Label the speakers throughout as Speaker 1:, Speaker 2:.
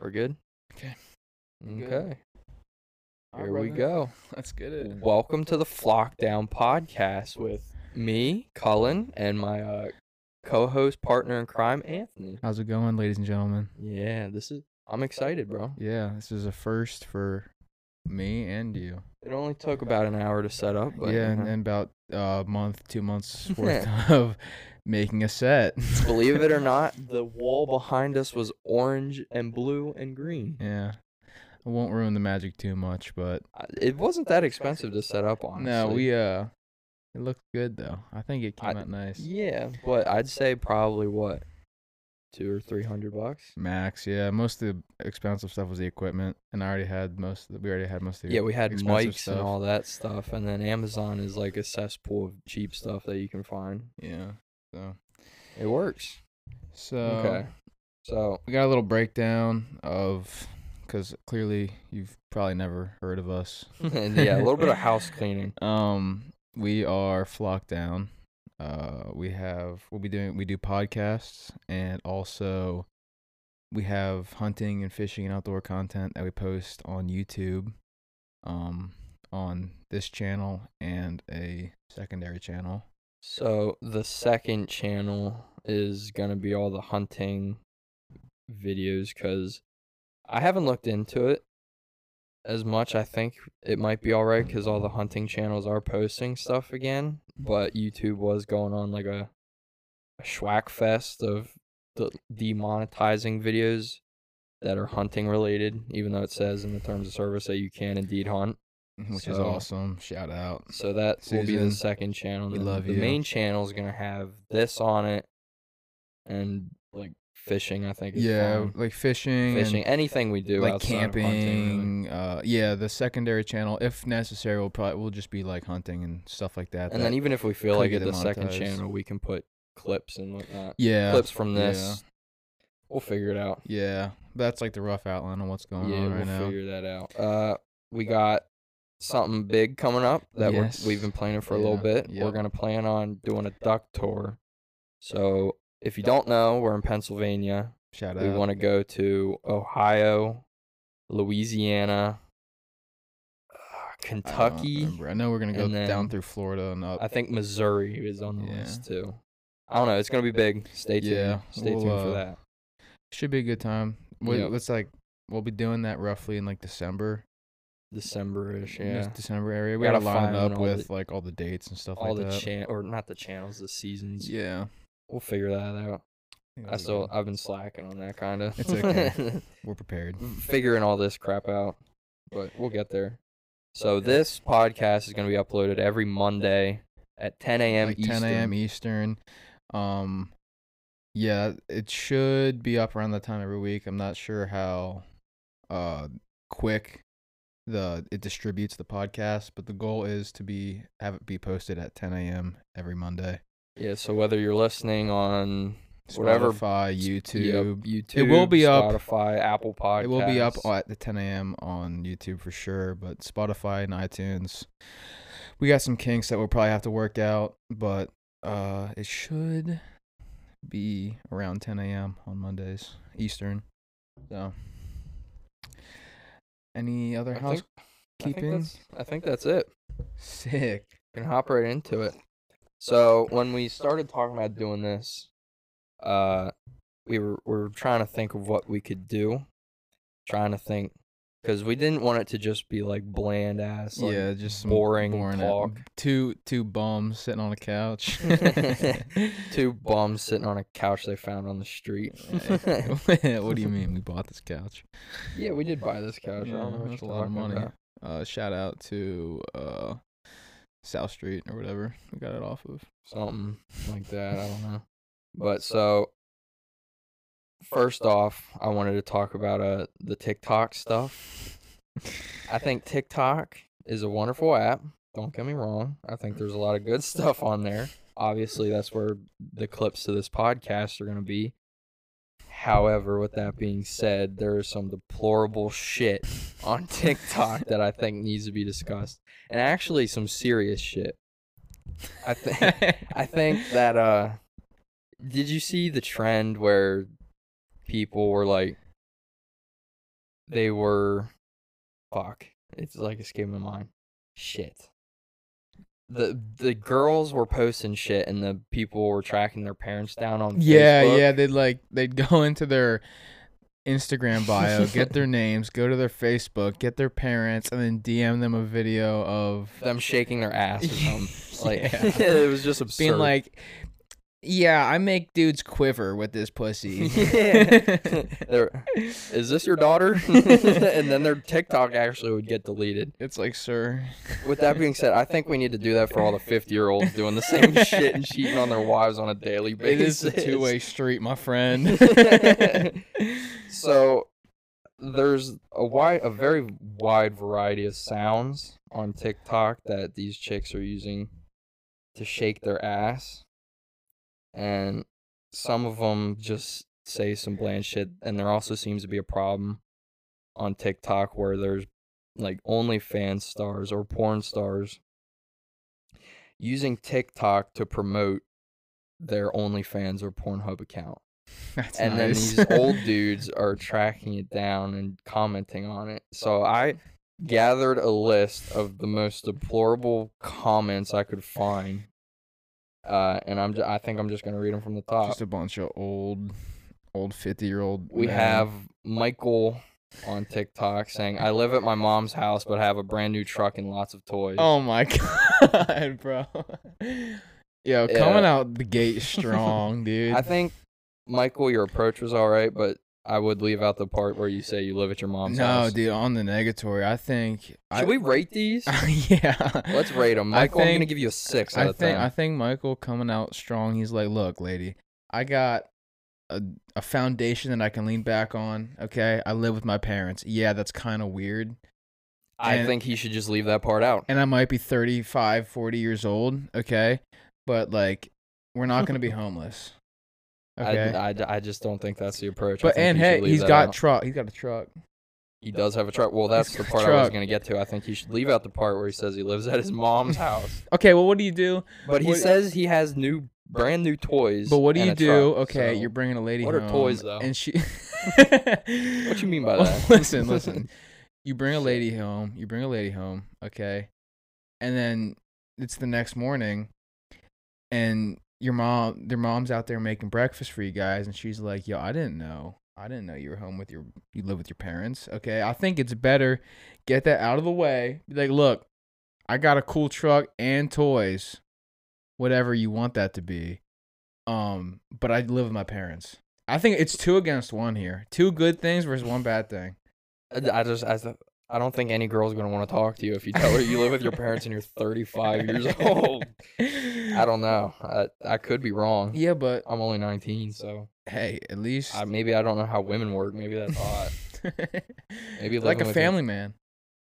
Speaker 1: We're good?
Speaker 2: Okay.
Speaker 1: Okay.
Speaker 2: We good. All
Speaker 1: Here
Speaker 2: right,
Speaker 1: we
Speaker 2: brother.
Speaker 1: go.
Speaker 2: Let's get it.
Speaker 1: Welcome to the Flock Down podcast with me, Cullen, and my uh, co host, partner in crime, Anthony.
Speaker 3: How's it going, ladies and gentlemen?
Speaker 1: Yeah, this is. I'm excited, bro.
Speaker 3: Yeah, this is a first for me and you.
Speaker 1: It only took about an hour to set up, but uh-huh.
Speaker 3: yeah,
Speaker 1: you know.
Speaker 3: and, and about a month, two months worth of making a set.
Speaker 1: believe it or not, the wall behind us was orange and blue and green.
Speaker 3: yeah. I won't ruin the magic too much, but
Speaker 1: Uh, It wasn't that expensive to set up, honestly.
Speaker 3: no, we uh it looked good though. I think it
Speaker 1: I-
Speaker 3: came out nice.
Speaker 1: Yeah, but I'd say probably what, two or three hundred bucks.
Speaker 3: Max, yeah. Most of the expensive stuff was the equipment, and I already had most of the, we already had most of the
Speaker 1: Yeah, we had
Speaker 3: expensive
Speaker 1: mics and all that stuff, and then Amazon is like a cesspool of cheap stuff that you can find.
Speaker 3: Yeah. So
Speaker 1: It works. Um,
Speaker 3: so
Speaker 1: Okay. So
Speaker 3: we got a little breakdown of because clearly you've probably never heard of us.
Speaker 1: yeah, a little bit of house cleaning.
Speaker 3: Um, we are Flock Down. Uh, we have we'll be doing we do podcasts and also we have hunting and fishing and outdoor content that we post on YouTube, um, on this channel and a secondary channel.
Speaker 1: So the second channel is gonna be all the hunting videos because I haven't looked into it as much. I think it might be alright because all the hunting channels are posting stuff again, but YouTube was going on like a a schwack fest of the demonetizing videos that are hunting related, even though it says in the terms of service that you can indeed hunt.
Speaker 3: Which is
Speaker 1: So-
Speaker 3: awesome. Shout out.
Speaker 1: So that will be the
Speaker 3: Susan,
Speaker 1: second channel.
Speaker 3: we
Speaker 1: then
Speaker 3: love
Speaker 1: the
Speaker 3: you.
Speaker 1: main channel is gonna have this on it, and like fishing. I think. Is
Speaker 3: Yeah,
Speaker 1: fine.
Speaker 3: like fishing, and-
Speaker 1: fishing. Anything we do
Speaker 3: like
Speaker 1: outside of hunting, really.
Speaker 3: camping. uh, yeah, the secondary channel, if necessary, will probably will just be like hunting and stuff like that.
Speaker 1: and then
Speaker 3: that-
Speaker 1: even if we feel
Speaker 3: could
Speaker 1: like
Speaker 3: get
Speaker 1: it, the second
Speaker 3: demonetized.
Speaker 1: channel, we can put clips and whatnot.
Speaker 3: yeah,
Speaker 1: clips from
Speaker 3: yeah.
Speaker 1: this. We'll figure it out.
Speaker 3: yeah, that's like the rough outline of what's going
Speaker 1: yeah,
Speaker 3: on
Speaker 1: we'll
Speaker 3: right now.
Speaker 1: figure that out. Uh, we got something big coming up that
Speaker 3: Yes.
Speaker 1: we're, we've been planning for a little
Speaker 3: Yeah,
Speaker 1: bit. We're
Speaker 3: yep.
Speaker 1: gonna plan on doing a duck tour. So if you don't know, we're in Pennsylvania.
Speaker 3: Shout
Speaker 1: We
Speaker 3: out.
Speaker 1: want to go to Ohio, Louisiana, uh,
Speaker 3: I don't
Speaker 1: Kentucky.
Speaker 3: remember. I know we're gonna go
Speaker 1: and then-
Speaker 3: down through Florida and up.
Speaker 1: I think Missouri is on the
Speaker 3: Yeah.
Speaker 1: list too. I don't know. It's gonna be big. Stay tuned.
Speaker 3: Yeah,
Speaker 1: Stay
Speaker 3: we'll,
Speaker 1: tuned for
Speaker 3: uh,
Speaker 1: that.
Speaker 3: Should be a good time. We,
Speaker 1: Yep.
Speaker 3: It's like we'll be doing that roughly in like December,
Speaker 1: December-ish.
Speaker 3: this
Speaker 1: Yeah.
Speaker 3: December area. We
Speaker 1: Gotta
Speaker 3: gotta line
Speaker 1: find
Speaker 3: up
Speaker 1: all
Speaker 3: with
Speaker 1: the-
Speaker 3: like all the dates and stuff
Speaker 1: All
Speaker 3: like
Speaker 1: the
Speaker 3: that.
Speaker 1: chan or not the channels, the seasons.
Speaker 3: yeah, I
Speaker 1: We'll figure that out.
Speaker 3: think
Speaker 1: I
Speaker 3: that'll be
Speaker 1: still
Speaker 3: good.
Speaker 1: I've been slacking on that kind of.
Speaker 3: It's okay. we're prepared.
Speaker 1: Mm. figuring all this crap out, but we'll get there. So this podcast is going to be uploaded every Monday at 10 a.m.
Speaker 3: like
Speaker 1: Eastern.
Speaker 3: 10 a.m. Eastern. Um, yeah, it should be up around that time every week. I'm not sure how uh quick the it distributes the podcast, but the goal is to be have it be posted at 10 a.m. every Monday.
Speaker 1: Yeah. So whether you're listening on Whatever-
Speaker 3: Spotify,
Speaker 1: yep,
Speaker 3: YouTube.
Speaker 1: YouTube,
Speaker 3: It will be up-
Speaker 1: Spotify, Apple Podcasts.
Speaker 3: It will be up at the 10 a.m. on YouTube for sure, but Spotify and iTunes. We got some kinks that we'll probably have to work out, but uh, it should be around 10 a.m. on Mondays Eastern. So, any other
Speaker 1: I think- I
Speaker 3: housekeeping?
Speaker 1: think, that's, I think that's it.
Speaker 3: Sick.
Speaker 1: can hop right into it. So when we started talking about doing this, uh, we were we were trying to think of what we could do, trying to think, because we didn't want it to just be like bland ass, like,
Speaker 3: yeah, just some
Speaker 1: boring,
Speaker 3: boring at-
Speaker 1: talk.
Speaker 3: Two two bums sitting on a couch.
Speaker 1: Two bums sitting on a couch they found on the street.
Speaker 3: what do you mean? We bought this couch.
Speaker 1: yeah, we did buy this couch. I
Speaker 3: Yeah,
Speaker 1: don't know what
Speaker 3: that's
Speaker 1: you're
Speaker 3: a lot of
Speaker 1: talking
Speaker 3: money.
Speaker 1: about.
Speaker 3: uh, shout out to uh, South Street or whatever we got it off of.
Speaker 1: something like that. I don't know. But so, first off, I wanted to talk about uh the TikTok stuff. I think TikTok is a wonderful app. Don't get me wrong. I think there's a lot of good stuff on there. Obviously, that's where the clips to this podcast are going to be. However, with that being said, there is some deplorable shit on TikTok that I think needs to be discussed, and actually some serious shit. I think I think that uh did you see the trend where people were like they were fuck. It's like escaping my mind. Shit. The the girls were posting shit and the people were tracking their parents down on
Speaker 3: Yeah,
Speaker 1: Facebook.
Speaker 3: yeah. They'd like they'd go into their Instagram bio, get their names, go to their Facebook, get their parents, and then DM them a video of
Speaker 1: Them shaking their ass or something. Like
Speaker 3: Yeah.
Speaker 1: it was just absurd.
Speaker 3: being like, "Yeah, I make dudes quiver with this pussy."
Speaker 1: Yeah. They're- is this your daughter? and then their TikTok actually would get deleted.
Speaker 3: it's like, sir.
Speaker 1: With that being said, I think we need to do that for all the 50 year olds doing the same shit and cheating on their wives on a daily
Speaker 3: It
Speaker 1: basis.
Speaker 3: is a two way street, my friend.
Speaker 1: So there's a wide, a very wide variety of sounds on TikTok that these chicks are using to shake their ass, and some of them just say some bland shit. And there also seems to be a problem on TikTok where there's like OnlyFans stars or porn stars using TikTok to promote their OnlyFans or Pornhub account
Speaker 3: That's
Speaker 1: and
Speaker 3: nice.
Speaker 1: then these old dudes are tracking it down and commenting on it. So I gathered a list of the most deplorable comments I could find, uh, and I'm ju- I think I'm just gonna read them from the top.
Speaker 3: just a bunch of old, old fifty-year-old.
Speaker 1: We have Michael on TikTok saying, "I live at my mom's house, but have a brand new truck and lots of toys."
Speaker 3: Oh my god, bro. Yo, coming
Speaker 1: Yeah.
Speaker 3: out the gate strong, dude.
Speaker 1: I think Michael, your approach was all right, but I would leave out the part where you say you live at your mom's
Speaker 3: no,
Speaker 1: house.
Speaker 3: dude, on the negatory, I think. I,
Speaker 1: Should we rate these?
Speaker 3: yeah.
Speaker 1: Let's rate them.
Speaker 3: I
Speaker 1: Michael, I'm gonna
Speaker 3: think-
Speaker 1: give you a six out
Speaker 3: I
Speaker 1: of
Speaker 3: think
Speaker 1: ten.
Speaker 3: I think Michael coming out strong. He's like, look, lady, I got a a foundation that I can lean back on. Okay, I live with my parents. Yeah, that's kind of weird.
Speaker 1: I
Speaker 3: and-
Speaker 1: think he should just leave that part out.
Speaker 3: and I might be 35, 40 years old, okay? But like we're not going to be homeless. Okay.
Speaker 1: I, I, I just don't think that's the approach. I
Speaker 3: but
Speaker 1: think
Speaker 3: and
Speaker 1: he should
Speaker 3: hey,
Speaker 1: leave
Speaker 3: he's
Speaker 1: that
Speaker 3: got
Speaker 1: out.
Speaker 3: truck. He's got a truck.
Speaker 1: he does have a truck. Well, that's the
Speaker 3: got a
Speaker 1: part I was
Speaker 3: truck.
Speaker 1: gonna get to. I think he should leave out the part where he says he lives at his mom's house.
Speaker 3: Okay, well what do you do?
Speaker 1: But he
Speaker 3: What-
Speaker 1: says he has new, brand new toys.
Speaker 3: But what do
Speaker 1: and
Speaker 3: you
Speaker 1: a
Speaker 3: do?
Speaker 1: truck,
Speaker 3: okay,
Speaker 1: so-
Speaker 3: you're bringing a lady
Speaker 1: What are
Speaker 3: home,
Speaker 1: toys, though?
Speaker 3: And she
Speaker 1: What
Speaker 3: What
Speaker 1: you mean by that?
Speaker 3: listen, listen. You bring a
Speaker 1: Shit.
Speaker 3: lady home, you bring a lady home, okay? And then it's the next morning and your mom their mom's out there making breakfast for you guys and she's like yo i didn't know i didn't know you were home with your you live with your parents okay i think it's better get that out of the way Be like look i got a cool truck and toys whatever you want that to be um but i live with my parents i think it's two against one here two good things versus one bad thing
Speaker 1: I I just I, th- I don't think any girl's gonna want to talk to you if you tell her you live with your parents and you're 35 years old. I don't know. I I could be wrong.
Speaker 3: yeah but
Speaker 1: I'm only 19, so
Speaker 3: hey at least
Speaker 1: I, maybe I don't know how women work. Maybe that's hot. Maybe living
Speaker 3: like a
Speaker 1: with your-
Speaker 3: family man.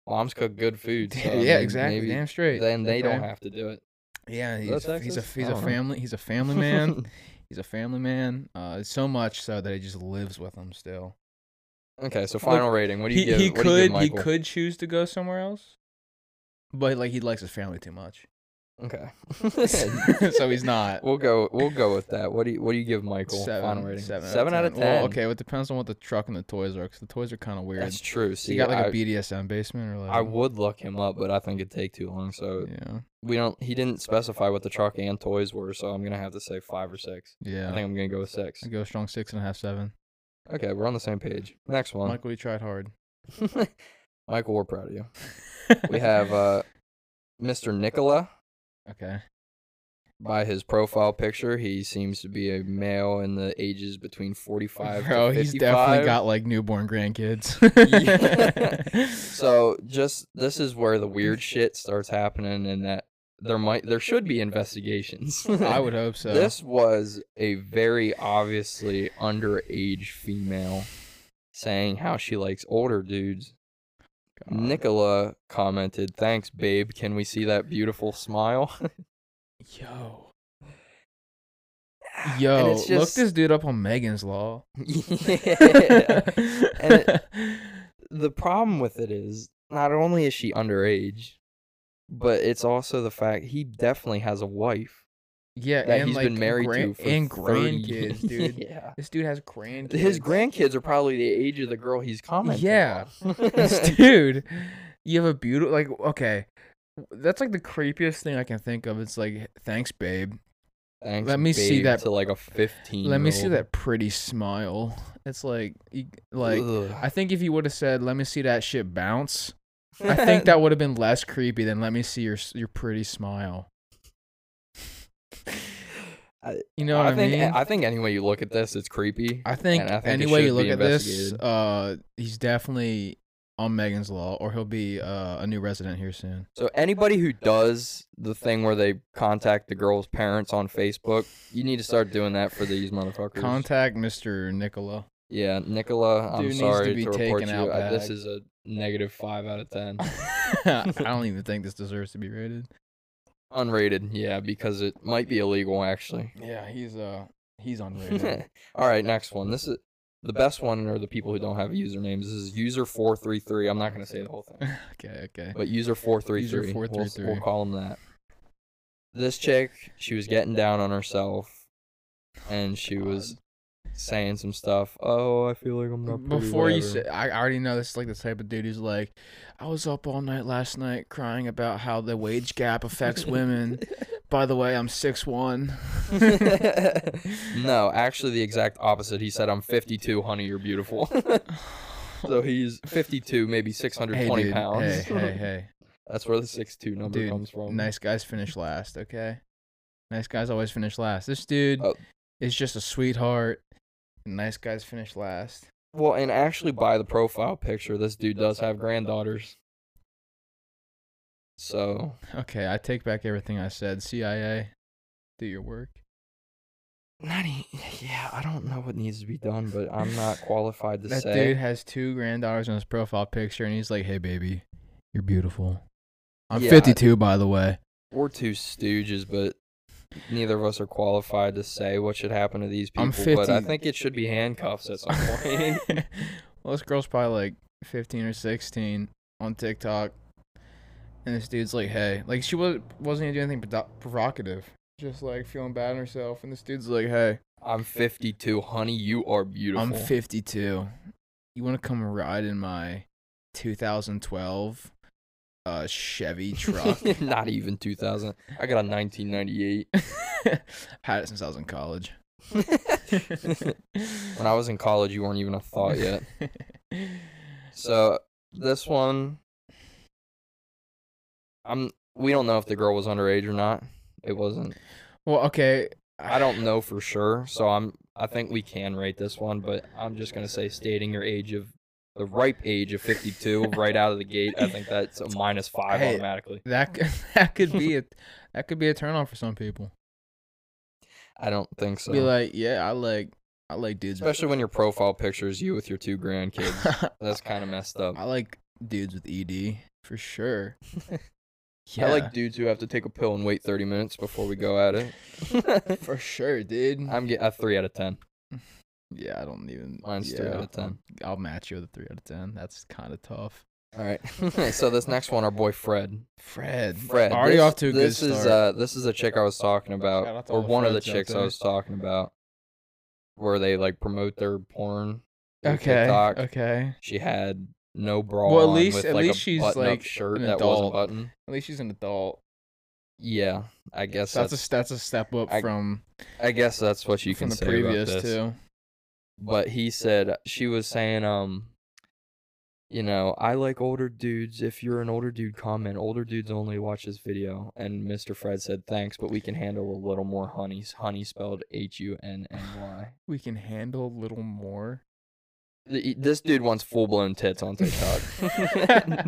Speaker 1: Moms cook good food. So
Speaker 3: yeah,
Speaker 1: may-
Speaker 3: exactly.
Speaker 1: maybe-
Speaker 3: Damn straight.
Speaker 1: then they don't
Speaker 3: Okay.
Speaker 1: have to do it.
Speaker 3: Yeah,
Speaker 1: Is
Speaker 3: he's,
Speaker 1: that
Speaker 3: he's a
Speaker 1: sexist?
Speaker 3: he's
Speaker 1: I
Speaker 3: a
Speaker 1: don't know.
Speaker 3: family he's a family man. he's a family man. Uh, so much so that he just lives with them still.
Speaker 1: okay, so final rating. What do you
Speaker 3: he
Speaker 1: give?
Speaker 3: he
Speaker 1: what do you
Speaker 3: could
Speaker 1: give
Speaker 3: he
Speaker 1: Michael?
Speaker 3: could choose to go somewhere else, but like he likes his family too much,
Speaker 1: Okay.
Speaker 3: so he's not.
Speaker 1: we'll go. We'll go with that. What do you What do you give Michael? final rating.
Speaker 3: seven,
Speaker 1: out of ten.
Speaker 3: Well, okay, well, it depends on what the truck and the toys are, because the toys are kind of weird.
Speaker 1: that's true.
Speaker 3: So
Speaker 1: See,
Speaker 3: you got like
Speaker 1: I-
Speaker 3: a BDSM basement or like.
Speaker 1: I would look him up, but I think it'd take too long. So
Speaker 3: Yeah,
Speaker 1: we don't. He didn't specify what the truck and toys were, so I'm gonna have to say five or six.
Speaker 3: yeah.
Speaker 1: I think I'm gonna go with six.
Speaker 3: I'd go strong six and a half, seven.
Speaker 1: Okay, we're on the same page. Next one,
Speaker 3: Michael, you tried hard.
Speaker 1: Michael, we're proud of you. We have uh, Mr. Nicola.
Speaker 3: okay.
Speaker 1: by his profile picture, he seems to be a male in the ages between 45
Speaker 3: Bro,
Speaker 1: to 55.
Speaker 3: he's definitely got like newborn grandkids.
Speaker 1: Yeah. so just this is where the weird shit starts happening and that there might there should be investigations.
Speaker 3: I would hope so.
Speaker 1: This was a very obviously underage female saying how she likes older dudes.
Speaker 3: God.
Speaker 1: Nicola commented, "Thanks babe, can we see that beautiful smile?"
Speaker 3: Yo.
Speaker 1: And
Speaker 3: Yo,
Speaker 1: it's
Speaker 3: look
Speaker 1: just-
Speaker 3: this dude up on Megan's Law.
Speaker 1: yeah. And it- the problem with it is not only is she underage, but it's also the fact he definitely has a wife.
Speaker 3: Yeah,
Speaker 1: that
Speaker 3: and
Speaker 1: he's
Speaker 3: like
Speaker 1: been married to
Speaker 3: gran-
Speaker 1: for
Speaker 3: and
Speaker 1: 30
Speaker 3: grandkids, dude.
Speaker 1: yeah.
Speaker 3: This dude has grandkids.
Speaker 1: His grandkids are probably the age of the girl he's commenting.
Speaker 3: Yeah.
Speaker 1: on.
Speaker 3: This dude, you have a beautiful like okay. That's like the creepiest thing I can think of. It's like, thanks, babe.
Speaker 1: Thanks,
Speaker 3: Let me see
Speaker 1: babe,
Speaker 3: that-
Speaker 1: to like a fifteen.
Speaker 3: Let me see that pretty smile. It's like, you- like I think if you would have said, "Let me see that shit bounce," I think that would have been less creepy than "Let me see your s- your pretty smile."
Speaker 1: I-
Speaker 3: You know what I,
Speaker 1: I think eh,
Speaker 3: mean?
Speaker 1: I think any way you look at this, it's creepy.
Speaker 3: I think,
Speaker 1: and I think it
Speaker 3: any way you
Speaker 1: should
Speaker 3: look
Speaker 1: be
Speaker 3: at this,
Speaker 1: investigated.
Speaker 3: uh, he's definitely on Megan's Law, or he'll be uh, a new resident here soon.
Speaker 1: So anybody who does the thing where they contact the girl's parents on Facebook, you need to start doing that for these motherfuckers.
Speaker 3: Contact Mr. Nicola.
Speaker 1: yeah, Nicola, I'm
Speaker 3: Dude needs to
Speaker 1: sorry to,
Speaker 3: be
Speaker 1: report
Speaker 3: taken
Speaker 1: you.
Speaker 3: out
Speaker 1: I- this
Speaker 3: back.
Speaker 1: is a negative five out of ten.
Speaker 3: I don't even think this deserves to be rated.
Speaker 1: Unrated, yeah, because it might be illegal actually.
Speaker 3: Yeah, he's uh, he's unrated.
Speaker 1: All right, next one. This is the best one are the people who don't have usernames. This is user four three three. I'm not gonna say the whole thing.
Speaker 3: okay, okay.
Speaker 1: But user four three
Speaker 3: User
Speaker 1: three. We'll, we'll
Speaker 3: 433.
Speaker 1: call him that. This chick, she was getting down on herself, Oh, and she was saying some stuff. Oh, I feel like I'm not. pretty,
Speaker 3: Before you say,
Speaker 1: whatever."
Speaker 3: I I already know this is like the type of dude who's like, I was up all night last night crying about how the wage gap affects women. By the way, I'm six one.
Speaker 1: no, actually, the exact opposite. He said, "I'm 52, honey. You're beautiful." so he's 52, maybe 620 pounds.
Speaker 3: Hey, hey, hey,
Speaker 1: That's where the 62 number
Speaker 3: dude!
Speaker 1: comes from.
Speaker 3: Nice guys finish last, okay? Nice guys always finish last. This dude
Speaker 1: Oh.
Speaker 3: is just a sweetheart. and Nice guys finish last.
Speaker 1: Well, and actually, by the profile picture, this dude does have granddaughters. So
Speaker 3: Okay, I take back everything I said. CIA, do your work.
Speaker 1: not e- yeah, I don't know what needs to be done, but I'm not qualified to
Speaker 3: That
Speaker 1: say.
Speaker 3: dude has two granddaughters on his profile picture, and he's like, "Hey, baby, you're beautiful." I'm
Speaker 1: Yeah, I-
Speaker 3: 52, by the way.
Speaker 1: We're two stooges, but neither of us are qualified to say what should happen to these people.
Speaker 3: I'm
Speaker 1: But I
Speaker 3: 50.
Speaker 1: think it should be handcuffs at some point.
Speaker 3: well, this girl's probably like 15 or 16 on TikTok, and this dude's like, "Hey," like she was wasn't even doing anything prodo- provocative, just like feeling bad on herself, and this dude's like, "Hey,
Speaker 1: I'm 52, honey. You are beautiful.
Speaker 3: I'm 52. You want to come ride in my 2012 uh Chevy truck?"
Speaker 1: not even 2000. I got a 1998.
Speaker 3: Had it since I was in college.
Speaker 1: When I was in college, you weren't even a thought yet. So this one, I'm. We don't know if the girl was underage or not. It wasn't.
Speaker 3: well, okay.
Speaker 1: I don't know for sure. So I'm. I think we can rate this one, but I'm just gonna say stating your age of the ripe age of 52 right out of the gate. I think that's a minus five
Speaker 3: Hey.
Speaker 1: automatically.
Speaker 3: That c- that could be a that could be a turnoff for some people.
Speaker 1: I don't think so.
Speaker 3: Be like, yeah, I like I like dudes. with-
Speaker 1: Especially when your profile picture is you with your two grandkids. That's kind of messed up.
Speaker 3: I like dudes with ED for sure. yeah,
Speaker 1: I like dudes who have to take a pill and wait 30 minutes before we go at it.
Speaker 3: for sure, dude.
Speaker 1: I'm getting a three out of 10.
Speaker 3: yeah, I don't even.
Speaker 1: Mine's
Speaker 3: yeah,
Speaker 1: three out of
Speaker 3: I'll-
Speaker 1: 10.
Speaker 3: I'll match you with a three out of ten. That's kind of tough.
Speaker 1: All right. so this next one, our boy Fred.
Speaker 3: Fred,
Speaker 1: Fred.
Speaker 3: already
Speaker 1: this,
Speaker 3: off to a good
Speaker 1: this
Speaker 3: start.
Speaker 1: Is, uh, this is a chick I was talking
Speaker 3: Shout out
Speaker 1: about,
Speaker 3: to
Speaker 1: or
Speaker 3: all the
Speaker 1: one of the
Speaker 3: Freds out
Speaker 1: chicks I
Speaker 3: there.
Speaker 1: was talking about, where they like promote their porn. through
Speaker 3: okay,
Speaker 1: TikTok.
Speaker 3: okay.
Speaker 1: She had no bra.
Speaker 3: Well, at
Speaker 1: on
Speaker 3: least-
Speaker 1: with,
Speaker 3: at
Speaker 1: like,
Speaker 3: least
Speaker 1: a
Speaker 3: she's,
Speaker 1: button-up
Speaker 3: like,
Speaker 1: shirt
Speaker 3: an
Speaker 1: that wasn't
Speaker 3: adult.
Speaker 1: button.
Speaker 3: At least she's an adult.
Speaker 1: Yeah, I guess
Speaker 3: That's,
Speaker 1: that's,
Speaker 3: a that's a step up
Speaker 1: I-
Speaker 3: from
Speaker 1: I guess that's what you
Speaker 3: from
Speaker 1: can
Speaker 3: the
Speaker 1: say
Speaker 3: previous
Speaker 1: about this.
Speaker 3: two.
Speaker 1: but he said she was saying um you know i like older dudes if you're an older dude comment older dudes only watch this video and mr fred said thanks but we can handle a little more honeys honey spelled h-u-n-n-y
Speaker 3: We can handle a little more.
Speaker 1: Th- e, this dude wants full-blown tits on tiktok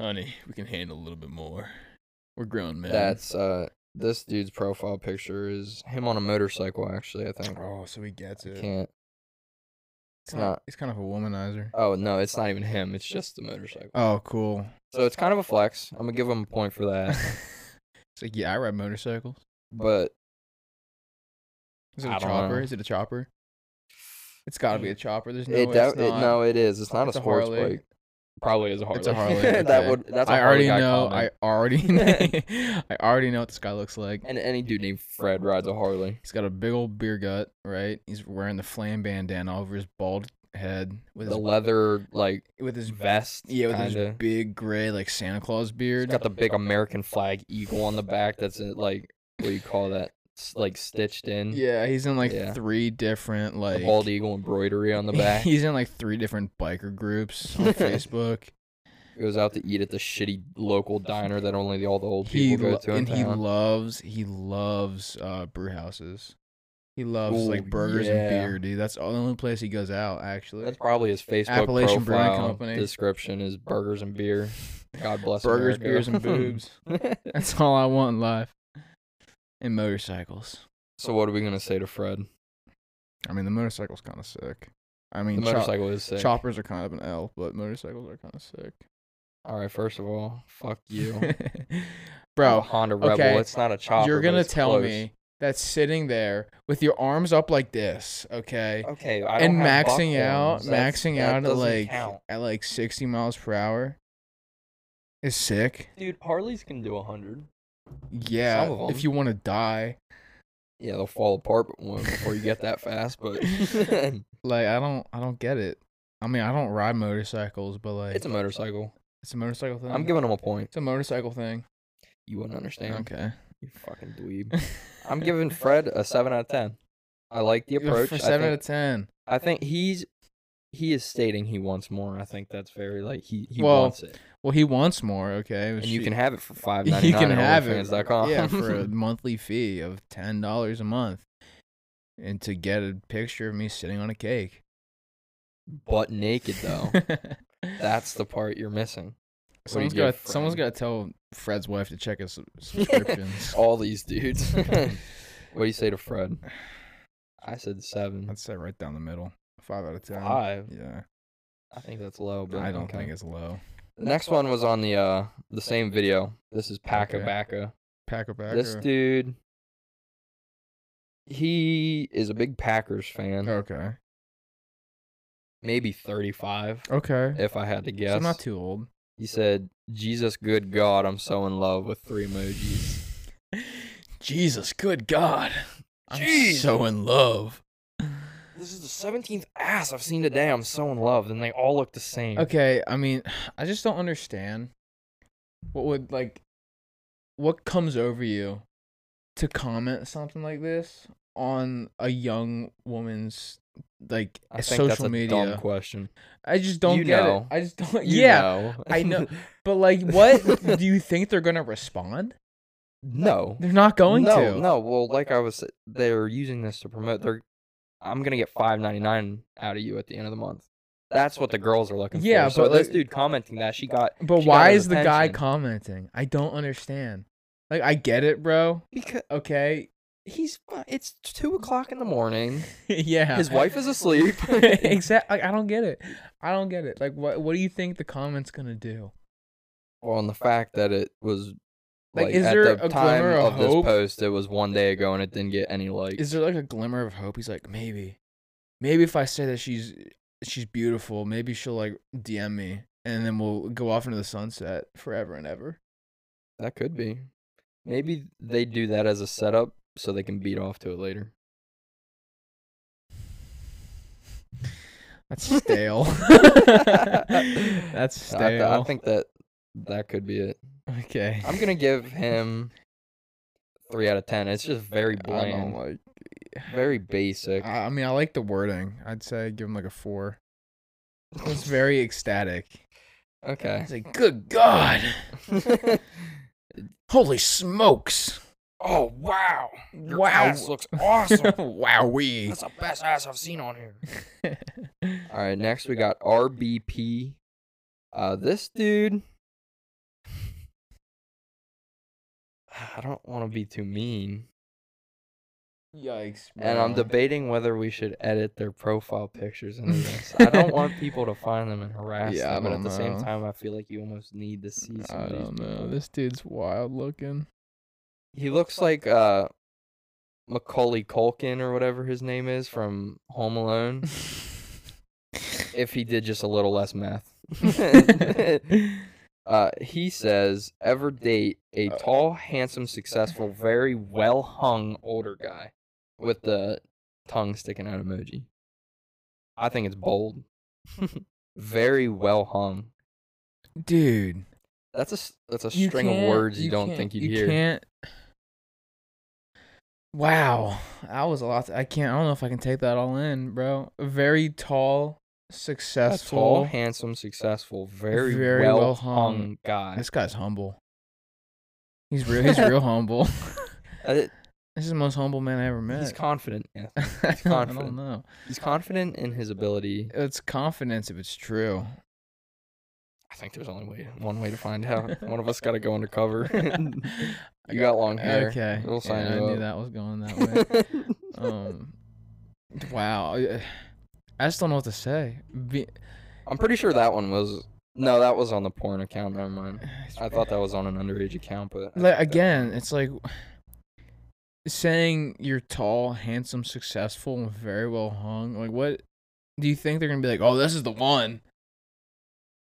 Speaker 3: Honey, we can handle a little bit more. We're grown men.
Speaker 1: that's uh this dude's profile picture is him on a motorcycle actually i think
Speaker 3: oh, so he gets
Speaker 1: I
Speaker 3: it.
Speaker 1: can't
Speaker 3: it's
Speaker 1: not-
Speaker 3: He's kind of a womanizer.
Speaker 1: oh no it's not even him it's just the motorcycle
Speaker 3: Oh, cool.
Speaker 1: so it's kind of a flex i'm gonna give him a point for that
Speaker 3: it's like yeah, I ride motorcycles.
Speaker 1: but
Speaker 3: Is it a
Speaker 1: I don't
Speaker 3: chopper?
Speaker 1: know.
Speaker 3: Is it a chopper? It's got to be a chopper. There's no
Speaker 1: it,
Speaker 3: way
Speaker 1: dou-
Speaker 3: it's
Speaker 1: it
Speaker 3: not.
Speaker 1: no, it is. It's not
Speaker 3: It's
Speaker 1: a
Speaker 3: a
Speaker 1: sports
Speaker 3: Harley.
Speaker 1: bike. Probably is a Harley.
Speaker 3: It's a Harley,
Speaker 1: that
Speaker 3: okay.
Speaker 1: would. That's a
Speaker 3: I
Speaker 1: Harley
Speaker 3: already
Speaker 1: guy
Speaker 3: know.
Speaker 1: comment.
Speaker 3: I already. I already know what this guy looks like.
Speaker 1: And any dude named Fred rides a Harley.
Speaker 3: He's got a big old beer gut, right? He's wearing the flam bandana all over his bald head with
Speaker 1: The
Speaker 3: his
Speaker 1: leather like
Speaker 3: with his
Speaker 1: vest.
Speaker 3: yeah with his
Speaker 1: kinda.
Speaker 3: big gray like Santa Claus
Speaker 1: It's
Speaker 3: beard.
Speaker 1: got the big American flag eagle on the back. That's uh, like what do you call that? It's like stitched in.
Speaker 3: yeah, he's in like
Speaker 1: Yeah.
Speaker 3: three different like
Speaker 1: The bald eagle embroidery on the back.
Speaker 3: He's in like three different biker groups on Facebook.
Speaker 1: goes out to eat at the shitty local diner that only the, all the old
Speaker 3: he
Speaker 1: people go
Speaker 3: lo-
Speaker 1: to. in
Speaker 3: and he
Speaker 1: town.
Speaker 3: loves he loves uh brew houses. He loves
Speaker 1: Ooh,
Speaker 3: like burgers and
Speaker 1: yeah.
Speaker 3: beer, dude. That's the only place he goes out actually.
Speaker 1: That's probably his Facebook
Speaker 3: Appalachian Brewing
Speaker 1: profile
Speaker 3: Company.
Speaker 1: description is burgers and beer. God bless
Speaker 3: burgers,
Speaker 1: America.
Speaker 3: beers, and boobs. That's all I want in life. And motorcycles.
Speaker 1: so what are we gonna say to Fred?
Speaker 3: I mean, the motorcycle's kind of sick. I mean,
Speaker 1: The
Speaker 3: chop-
Speaker 1: motorcycle is sick.
Speaker 3: choppers are kind of an L, but motorcycles are kind of sick.
Speaker 1: All right, first of all, fuck you,
Speaker 3: bro.
Speaker 1: Honda Rebel.
Speaker 3: okay.
Speaker 1: It's not a chopper.
Speaker 3: you're
Speaker 1: but
Speaker 3: gonna
Speaker 1: it's
Speaker 3: tell
Speaker 1: close.
Speaker 3: me that sitting there with your arms up like this, okay,
Speaker 1: Okay, I
Speaker 3: and
Speaker 1: don't have
Speaker 3: maxing out,
Speaker 1: buckles. That's-
Speaker 3: maxing
Speaker 1: that
Speaker 3: out at
Speaker 1: doesn't
Speaker 3: like
Speaker 1: count.
Speaker 3: at like 60 miles per hour is sick.
Speaker 1: dude, Harleys can do hundred. Some
Speaker 3: Yeah,
Speaker 1: of
Speaker 3: if
Speaker 1: 'em.
Speaker 3: you want to die,
Speaker 1: Yeah, they'll fall apart but one before you get that fast. But it's
Speaker 3: like I don't, I don't get it. I mean, I don't ride motorcycles, but like
Speaker 1: a motorcycle.
Speaker 3: it's a motorcycle thing.
Speaker 1: I'm giving them a point.
Speaker 3: it's a motorcycle thing.
Speaker 1: You wouldn't understand.
Speaker 3: Okay.
Speaker 1: You fucking dweeb. I'm giving Fred a seven out of ten. I like the approach.
Speaker 3: for
Speaker 1: I
Speaker 3: seven
Speaker 1: think-
Speaker 3: out of ten.
Speaker 1: I think he's he is stating he wants more. I think that's very like he he
Speaker 3: Well,
Speaker 1: wants it,
Speaker 3: Well, he wants more. Okay,
Speaker 1: and you can have it for five
Speaker 3: You
Speaker 1: ninety nine
Speaker 3: can
Speaker 1: at
Speaker 3: have it,
Speaker 1: OnlyFans.com.
Speaker 3: yeah for a monthly fee of ten dollars a month, and to get a picture of me sitting on a cake.
Speaker 1: butt naked though. That's the part you're missing. do
Speaker 3: someone's
Speaker 1: you
Speaker 3: got.
Speaker 1: give
Speaker 3: Someone's got
Speaker 1: Fred?
Speaker 3: to tell Fred's wife to check his sub- subscriptions.
Speaker 1: All these dudes. what do you say to Fred? I said seven.
Speaker 3: I'd say right down the middle, five out of ten.
Speaker 1: Five.
Speaker 3: Yeah,
Speaker 1: I think that's low, but
Speaker 3: I don't
Speaker 1: okay.
Speaker 3: think it's low.
Speaker 1: The next one was on the uh the same video. This is Paka
Speaker 3: Okay.
Speaker 1: Baka.
Speaker 3: Pack a back.
Speaker 1: This
Speaker 3: or-
Speaker 1: dude, he is a big Packers fan.
Speaker 3: Okay.
Speaker 1: Maybe thirty-five,
Speaker 3: Okay.
Speaker 1: if I had to
Speaker 3: So
Speaker 1: guess.
Speaker 3: I'm not too old.
Speaker 1: He said, "Jesus, good God, I'm so in love with three emojis."
Speaker 3: Jesus, good God. I'm
Speaker 1: Jeez.
Speaker 3: so in love.
Speaker 1: This is the seventeenth ass I've seen today. I'm so in love, and they all look the same.
Speaker 3: Okay, I mean, I just don't understand what would like what comes over you to comment something like this on a young woman's like
Speaker 1: I think
Speaker 3: social
Speaker 1: that's a
Speaker 3: media.
Speaker 1: dumb question.
Speaker 3: I just don't
Speaker 1: You
Speaker 3: get
Speaker 1: know.
Speaker 3: it. I just don't
Speaker 1: You
Speaker 3: Yeah.
Speaker 1: know.
Speaker 3: I know. But like what do you think they're going to respond?
Speaker 1: no,
Speaker 3: They're not going
Speaker 1: no,
Speaker 3: to.
Speaker 1: No, well, like I was, they're using this to promote. They're, I'm gonna get five ninety nine out of you at the end of the month. That's what the girls are looking for.
Speaker 3: Yeah,
Speaker 1: so
Speaker 3: but
Speaker 1: this
Speaker 3: like-
Speaker 1: dude commenting that she got
Speaker 3: But
Speaker 1: She got
Speaker 3: why
Speaker 1: his
Speaker 3: is the guy
Speaker 1: attention.
Speaker 3: commenting? I don't understand. Like I get it, bro.
Speaker 1: because
Speaker 3: Okay.
Speaker 1: he's. fu- It's two o'clock in the morning.
Speaker 3: yeah.
Speaker 1: His wife is asleep.
Speaker 3: exactly. I don't get it. I don't get it. Like, what? What do you think the comments gonna do?
Speaker 1: Well, and the fact that it was
Speaker 3: Like,
Speaker 1: like,
Speaker 3: is
Speaker 1: at
Speaker 3: there
Speaker 1: the
Speaker 3: a
Speaker 1: time
Speaker 3: glimmer of
Speaker 1: of
Speaker 3: hope?
Speaker 1: this post, it was one day ago, and it didn't get any like.
Speaker 3: Is there like a glimmer of hope? He's like, maybe, maybe if I say that she's she's beautiful, maybe she'll like DM me, and then we'll go off into the sunset forever and ever.
Speaker 1: that could be. Maybe they do that as a setup so they can beat off to it later.
Speaker 3: That's stale. That's
Speaker 1: I, th-
Speaker 3: stale.
Speaker 1: I think that that could be it.
Speaker 3: okay.
Speaker 1: I'm gonna give him three out of ten. It's just very
Speaker 3: I don't
Speaker 1: bland,
Speaker 3: like.
Speaker 1: very basic.
Speaker 3: I, I mean, I like the wording. I'd say give him like a four. It's very ecstatic.
Speaker 1: okay.
Speaker 3: It's like, good God, holy smokes.
Speaker 1: oh wow! looks
Speaker 3: Wowee.
Speaker 1: the best ass I've seen on here. All right, next we got RBP. Uh, this dude. I don't want to be too mean,
Speaker 3: Yikes.
Speaker 1: and I'm debating whether we should edit their profile pictures into this. I don't want people to find them and harass
Speaker 3: Yeah, I
Speaker 1: them, but
Speaker 3: don't
Speaker 1: at the same
Speaker 3: know.
Speaker 1: time, I feel like you almost need to see some
Speaker 3: I
Speaker 1: of these
Speaker 3: don't know.
Speaker 1: people.
Speaker 3: This dude's wild looking.
Speaker 1: He looks like uh, Macaulay Culkin or whatever his name is from Home Alone. if he did just a little less meth. uh, he says, ever date a tall, handsome, successful, very well hung older guy with the tongue sticking out emoji. I think it's bold. very well hung.
Speaker 3: Dude,
Speaker 1: That's a s- that's a
Speaker 3: You
Speaker 1: string of
Speaker 3: can't-
Speaker 1: words you, don't
Speaker 3: can't-
Speaker 1: think you'd
Speaker 3: you
Speaker 1: hear.
Speaker 3: can't. Wow, that was a lot. I can't. I don't know if I can take that all in, bro. Very tall,
Speaker 1: A tall,
Speaker 3: successful.
Speaker 1: handsome, successful, very,
Speaker 3: Very
Speaker 1: well,
Speaker 3: well-hung.
Speaker 1: hung guy.
Speaker 3: this guy's humble. He's real. He's real humble.
Speaker 1: Uh,
Speaker 3: This is the most humble man I ever met.
Speaker 1: he's confident. Yeah.
Speaker 3: I, don't, I
Speaker 1: confident.
Speaker 3: don't know.
Speaker 1: He's confident in his ability.
Speaker 3: It's confidence if it's true.
Speaker 1: I think there's only way, one way to find out. One of us got to go undercover. you got long hair.
Speaker 3: Okay.
Speaker 1: We'll sign
Speaker 3: yeah,
Speaker 1: you
Speaker 3: I knew
Speaker 1: up.
Speaker 3: that was going that way. um, wow. I I just don't know what to say. Be-
Speaker 1: I'm pretty sure that one was no, that was on the porn account. Never mind. I thought that was on an underage account, but I
Speaker 3: like
Speaker 1: think that-
Speaker 3: again, it's like saying you're tall, handsome, successful, and very well hung. Like, what do you think they're gonna be like? Oh, this is the one.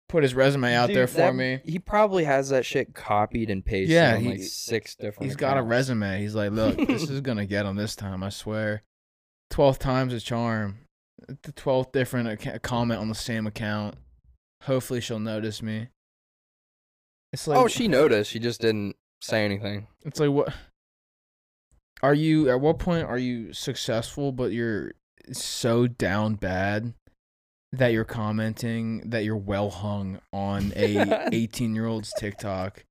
Speaker 3: Put his resume out there
Speaker 1: Dude,
Speaker 3: for
Speaker 1: that-
Speaker 3: me.
Speaker 1: He probably has that shit copied and pasted.
Speaker 3: Yeah,
Speaker 1: on like
Speaker 3: he-
Speaker 1: six different.
Speaker 3: He's got a
Speaker 1: accounts.
Speaker 3: resume. He's like, look, this is gonna get him this time. I swear. Twelfth times a charm. The twelfth different acc- comment on the same account. Hopefully, she'll notice me. It's like
Speaker 1: oh, she noticed. She just didn't say anything.
Speaker 3: It's like what are you at what point are you successful but you're so down bad that you're commenting that you're well hung on a 18 year old's TikTok?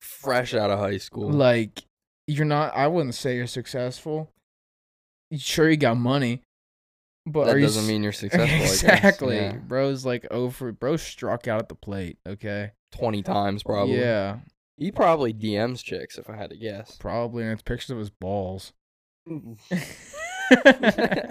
Speaker 1: Fresh out of high school.
Speaker 3: Like you're not I wouldn't say you're successful. Sure you got money, but
Speaker 1: that
Speaker 3: are
Speaker 1: doesn't
Speaker 3: you s-
Speaker 1: mean you're successful. I guess.
Speaker 3: Exactly.
Speaker 1: Yeah.
Speaker 3: Bro's like over bro struck out at the plate, okay?
Speaker 1: Twenty times probably.
Speaker 3: Yeah.
Speaker 1: He probably DMs chicks if I had to guess.
Speaker 3: Probably and it's pictures of his balls.
Speaker 1: Mm,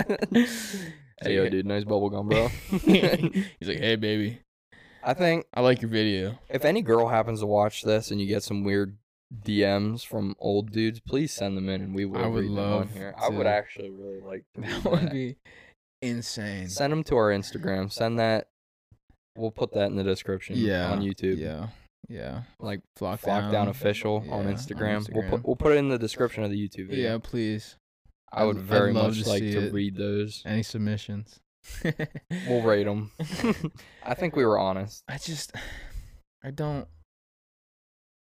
Speaker 1: Hey yo, dude, nice bubble gum, bro.
Speaker 3: He's like, hey, baby,
Speaker 1: I think
Speaker 3: I like your video.
Speaker 1: if any girl happens to watch this and you get some weird DMs from old dudes, please send them in and we will
Speaker 3: I would
Speaker 1: read them on
Speaker 3: love
Speaker 1: here. I would
Speaker 3: to-
Speaker 1: actually really like to. read
Speaker 3: That would be insane.
Speaker 1: Send them to our Instagram. Send that. We'll put that in the description.
Speaker 3: Yeah,
Speaker 1: On YouTube.
Speaker 3: Yeah. Yeah.
Speaker 1: Like
Speaker 3: Flock,
Speaker 1: Flockdown
Speaker 3: down.
Speaker 1: official
Speaker 3: Yeah,
Speaker 1: on,
Speaker 3: on
Speaker 1: Instagram. We'll put
Speaker 3: Instagram.
Speaker 1: we'll put it in the description of the YouTube video.
Speaker 3: Yeah, please.
Speaker 1: I would
Speaker 3: I'd- I'd
Speaker 1: very
Speaker 3: love
Speaker 1: much
Speaker 3: to
Speaker 1: like
Speaker 3: see
Speaker 1: to
Speaker 3: it.
Speaker 1: read those.
Speaker 3: Any submissions?
Speaker 1: We'll rate them. I think we were honest.
Speaker 3: I just, I don't.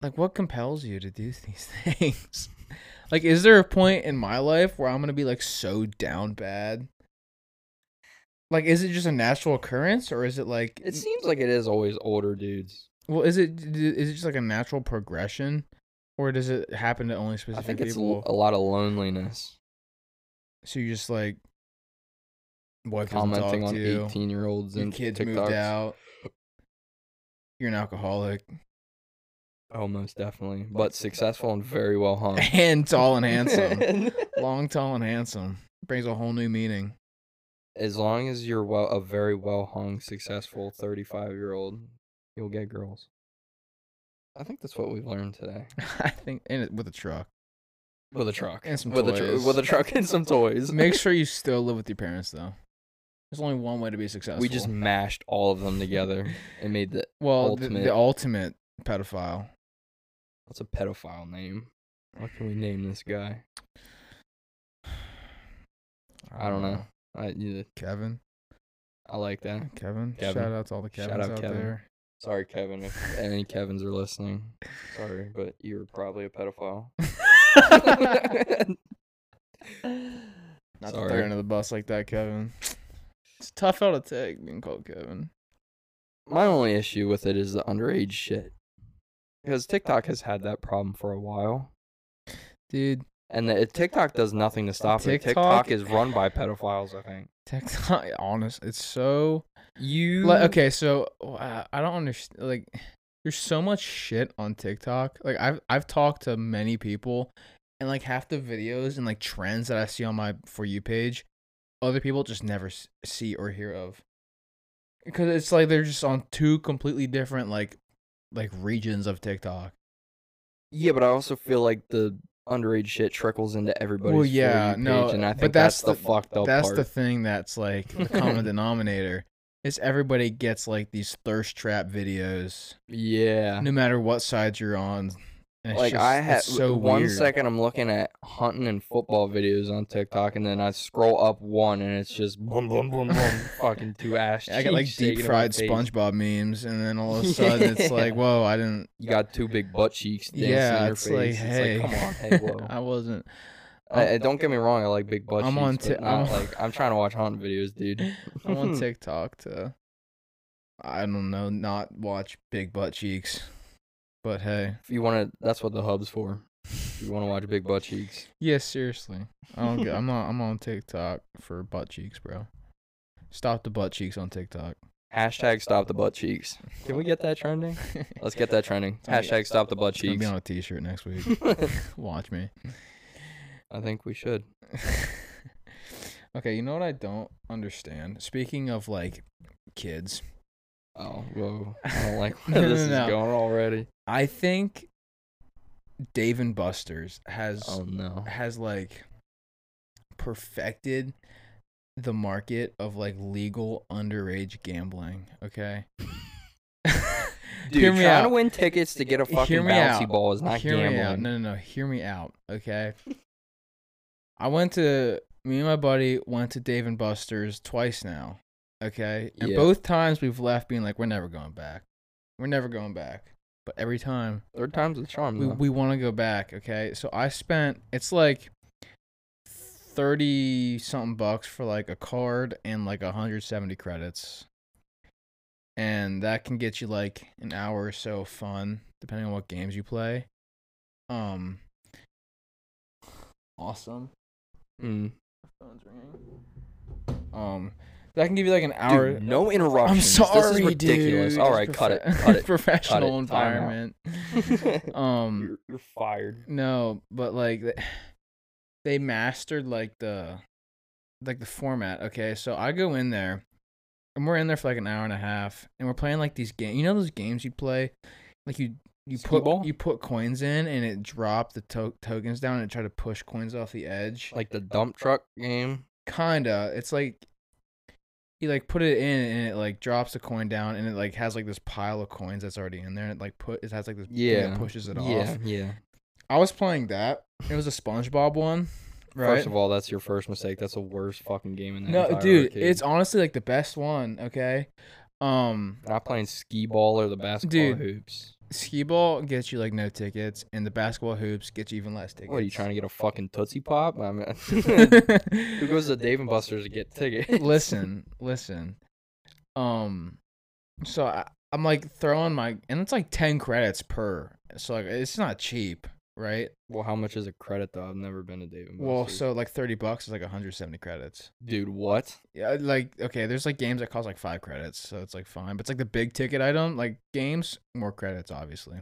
Speaker 3: Like, what compels you to do these things? like, is there a point in my life where I'm gonna be like so down bad? Like, is it just a natural occurrence, or is it like
Speaker 1: It seems like it is always older dudes.
Speaker 3: Well, is it d- is it just like a natural progression, or does it happen to only
Speaker 1: I
Speaker 3: specific
Speaker 1: think it's l-
Speaker 3: people?
Speaker 1: a lot of loneliness.
Speaker 3: so you just like wife doesn't talk
Speaker 1: commenting on
Speaker 3: to you,
Speaker 1: 18 year olds
Speaker 3: your
Speaker 1: and
Speaker 3: kids
Speaker 1: TikToks.
Speaker 3: moved out, you're an alcoholic,
Speaker 1: Oh, most definitely. But successful and very well hung.
Speaker 3: and tall and handsome, long, tall and handsome brings a whole new meaning.
Speaker 1: as long as you're well, a very well hung, successful 35 year old, you'll get girls. I think that's what we've learned today.
Speaker 3: I think, and it, with a truck,
Speaker 1: With a truck
Speaker 3: And some
Speaker 1: with a
Speaker 3: toys.
Speaker 1: tr- with a truck and some toys.
Speaker 3: make sure you still live with your parents though. There's only one way to be successful.
Speaker 1: we just mashed all of them together and made the.
Speaker 3: well the-
Speaker 1: ultimate-
Speaker 3: the ultimate pedophile.
Speaker 1: What's a pedophile name? What can we name this guy? I don't know.
Speaker 3: Mm.
Speaker 1: I yeah,
Speaker 3: Kevin.
Speaker 1: I like that.
Speaker 3: Kevin.
Speaker 1: Kevin.
Speaker 3: Shout out to all the
Speaker 1: Shout
Speaker 3: Kevins
Speaker 1: out
Speaker 3: out
Speaker 1: Kevin.
Speaker 3: there.
Speaker 1: Sorry, Kevin, if any Kevins are listening. Sorry, but you were probably a pedophile.
Speaker 3: Not to throw
Speaker 1: Sorry.
Speaker 3: you under the bus like that, Kevin. It's a tough out to take being called Kevin.
Speaker 1: My only issue with it is the underage shit. Because TikTok has had that problem for a while.
Speaker 3: Dude,
Speaker 1: And the, TikTok does nothing to stop it.
Speaker 3: TikTok-
Speaker 1: TikTok is run by pedophiles, I think.
Speaker 3: TikTok, honest, it's so.
Speaker 1: You.
Speaker 3: Like, okay, so uh, I don't understand. Like, there's so much shit on TikTok. Like, I've I've talked to many people, and like half the videos and like trends that I see on my for you page, other people just never s- see or hear of, because it's like they're just on two completely different like like regions of TikTok.
Speaker 1: Yeah, but I also feel like the underage shit trickles into everybody's
Speaker 3: Well,
Speaker 1: For You
Speaker 3: yeah, no,
Speaker 1: page, and I
Speaker 3: but
Speaker 1: think that's,
Speaker 3: that's
Speaker 1: the,
Speaker 3: the-
Speaker 1: fucked up
Speaker 3: that's
Speaker 1: part.
Speaker 3: the thing that's like the common denominator is everybody gets like these thirst trap videos,
Speaker 1: Yeah.
Speaker 3: no matter what side you're on. and it's
Speaker 1: like
Speaker 3: just-
Speaker 1: I
Speaker 3: it's
Speaker 1: had
Speaker 3: so
Speaker 1: one
Speaker 3: weird.
Speaker 1: second I'm looking at hunting and football videos on TikTok, and then I scroll up one, and it's just boom, boom, boom, boom, fucking two ass.
Speaker 3: I got like
Speaker 1: cheeks shaking
Speaker 3: deep
Speaker 1: in my
Speaker 3: fried
Speaker 1: face.
Speaker 3: SpongeBob memes, and then all of a sudden it's like,
Speaker 1: Yeah.
Speaker 3: whoa, I didn't.
Speaker 1: You got two big butt cheeks. Dancing in
Speaker 3: Yeah,
Speaker 1: your
Speaker 3: it's
Speaker 1: face.
Speaker 3: like,
Speaker 1: It's
Speaker 3: hey,
Speaker 1: come on, hey, whoa.
Speaker 3: I wasn't.
Speaker 1: I- I- don't get me wrong, I like big butt
Speaker 3: I'm
Speaker 1: cheeks,
Speaker 3: on
Speaker 1: but
Speaker 3: Tik-
Speaker 1: not,
Speaker 3: I'm-
Speaker 1: like I'm trying to watch hunting videos, dude.
Speaker 3: I'm
Speaker 1: Hmm.
Speaker 3: on TikTok to, I don't know, not watch big butt cheeks, but hey,
Speaker 1: If you want to, that's what the hub's for. If you want to watch big butt cheeks.
Speaker 3: yeah, seriously, I don't. Get, I'm not. I'm on TikTok for butt cheeks, bro. Stop the butt cheeks on TikTok.
Speaker 1: Hashtag stop the butt cheeks. Can we get that trending? Let's get that trending.
Speaker 3: gonna be-
Speaker 1: Hashtag stop the butt
Speaker 3: It's gonna
Speaker 1: cheeks.
Speaker 3: be on a T-shirt next week. Watch me.
Speaker 1: I think we should.
Speaker 3: okay, you know what I don't understand? Speaking of like kids,
Speaker 1: Oh, whoa. I don't like
Speaker 3: No,
Speaker 1: where
Speaker 3: no,
Speaker 1: this
Speaker 3: no.
Speaker 1: is going already.
Speaker 3: I think Dave and Buster's has
Speaker 1: Oh, no.
Speaker 3: has like perfected the market of like legal underage gambling, okay?
Speaker 1: Dude,
Speaker 3: Hear me
Speaker 1: trying to
Speaker 3: out.
Speaker 1: win tickets to get a fucking
Speaker 3: Hear me
Speaker 1: bouncy
Speaker 3: out.
Speaker 1: ball is not
Speaker 3: Hear
Speaker 1: gambling.
Speaker 3: me out. No, no, no. Hear me out, okay? I went to me and my buddy went to Dave and Buster's twice now, okay? And
Speaker 1: Yeah.
Speaker 3: both times we've left being like, we're never going back. We're never going back. But every time
Speaker 1: Third time's the charm,
Speaker 3: we,
Speaker 1: though.
Speaker 3: we want to go back okay so i spent it's like 30 something bucks for like a card and like 170 credits and that can get you like an hour or so of fun depending on what games you play um awesome
Speaker 1: Mm.
Speaker 3: phone's ringing um that can give you like an hour
Speaker 1: Dude, no interruptions. This is ridiculous.
Speaker 3: dude.
Speaker 1: All
Speaker 3: It's
Speaker 1: right, cut it.
Speaker 3: profe-
Speaker 1: Cut it.
Speaker 3: professional
Speaker 1: Time out.
Speaker 3: environment um
Speaker 1: you're, you're fired.
Speaker 3: no, but like th- they mastered like the like the format. Okay, so I go in there and we're in there for like an hour and a half and we're playing like these games. You know those games you play like you you put
Speaker 1: Skee-ball?
Speaker 3: you put coins in and it dropped the to- tokens down and try to push coins off the edge.
Speaker 1: Like the dump truck game.
Speaker 3: Kinda. It's like you like put it in and it like drops the coin down and it like has like this pile of coins that's already in there and it like put it has like this thing
Speaker 1: Yeah.
Speaker 3: that pushes it off.
Speaker 1: yeah, yeah.
Speaker 3: I was playing that. It was a SpongeBob one, right?
Speaker 1: First of all, that's your first mistake. That's the worst fucking game in the
Speaker 3: no,
Speaker 1: entire
Speaker 3: dude,
Speaker 1: arcade.
Speaker 3: it's honestly like the best one. Okay, um,
Speaker 1: not playing skee ball or the basketball
Speaker 3: Dude.
Speaker 1: hoops.
Speaker 3: skee ball gets you like no tickets, and the basketball hoops get you even less tickets.
Speaker 1: What are you trying to get a fucking tootsie pop? I mean, who
Speaker 3: Who
Speaker 1: goes to Dave and Buster's to get tickets?
Speaker 3: listen, listen. Um, so I, I'm like throwing my, and it's like ten credits per. So like, it's not cheap, right?
Speaker 1: Well, how much is a credit though? I've never been to Dave and Buster's.
Speaker 3: Well, so like thirty bucks is like 170 credits.
Speaker 1: dude, what?
Speaker 3: Yeah, like okay, there's like games that cost like five credits, so it's like fine. But it's like the big ticket item, like games, more credits, obviously.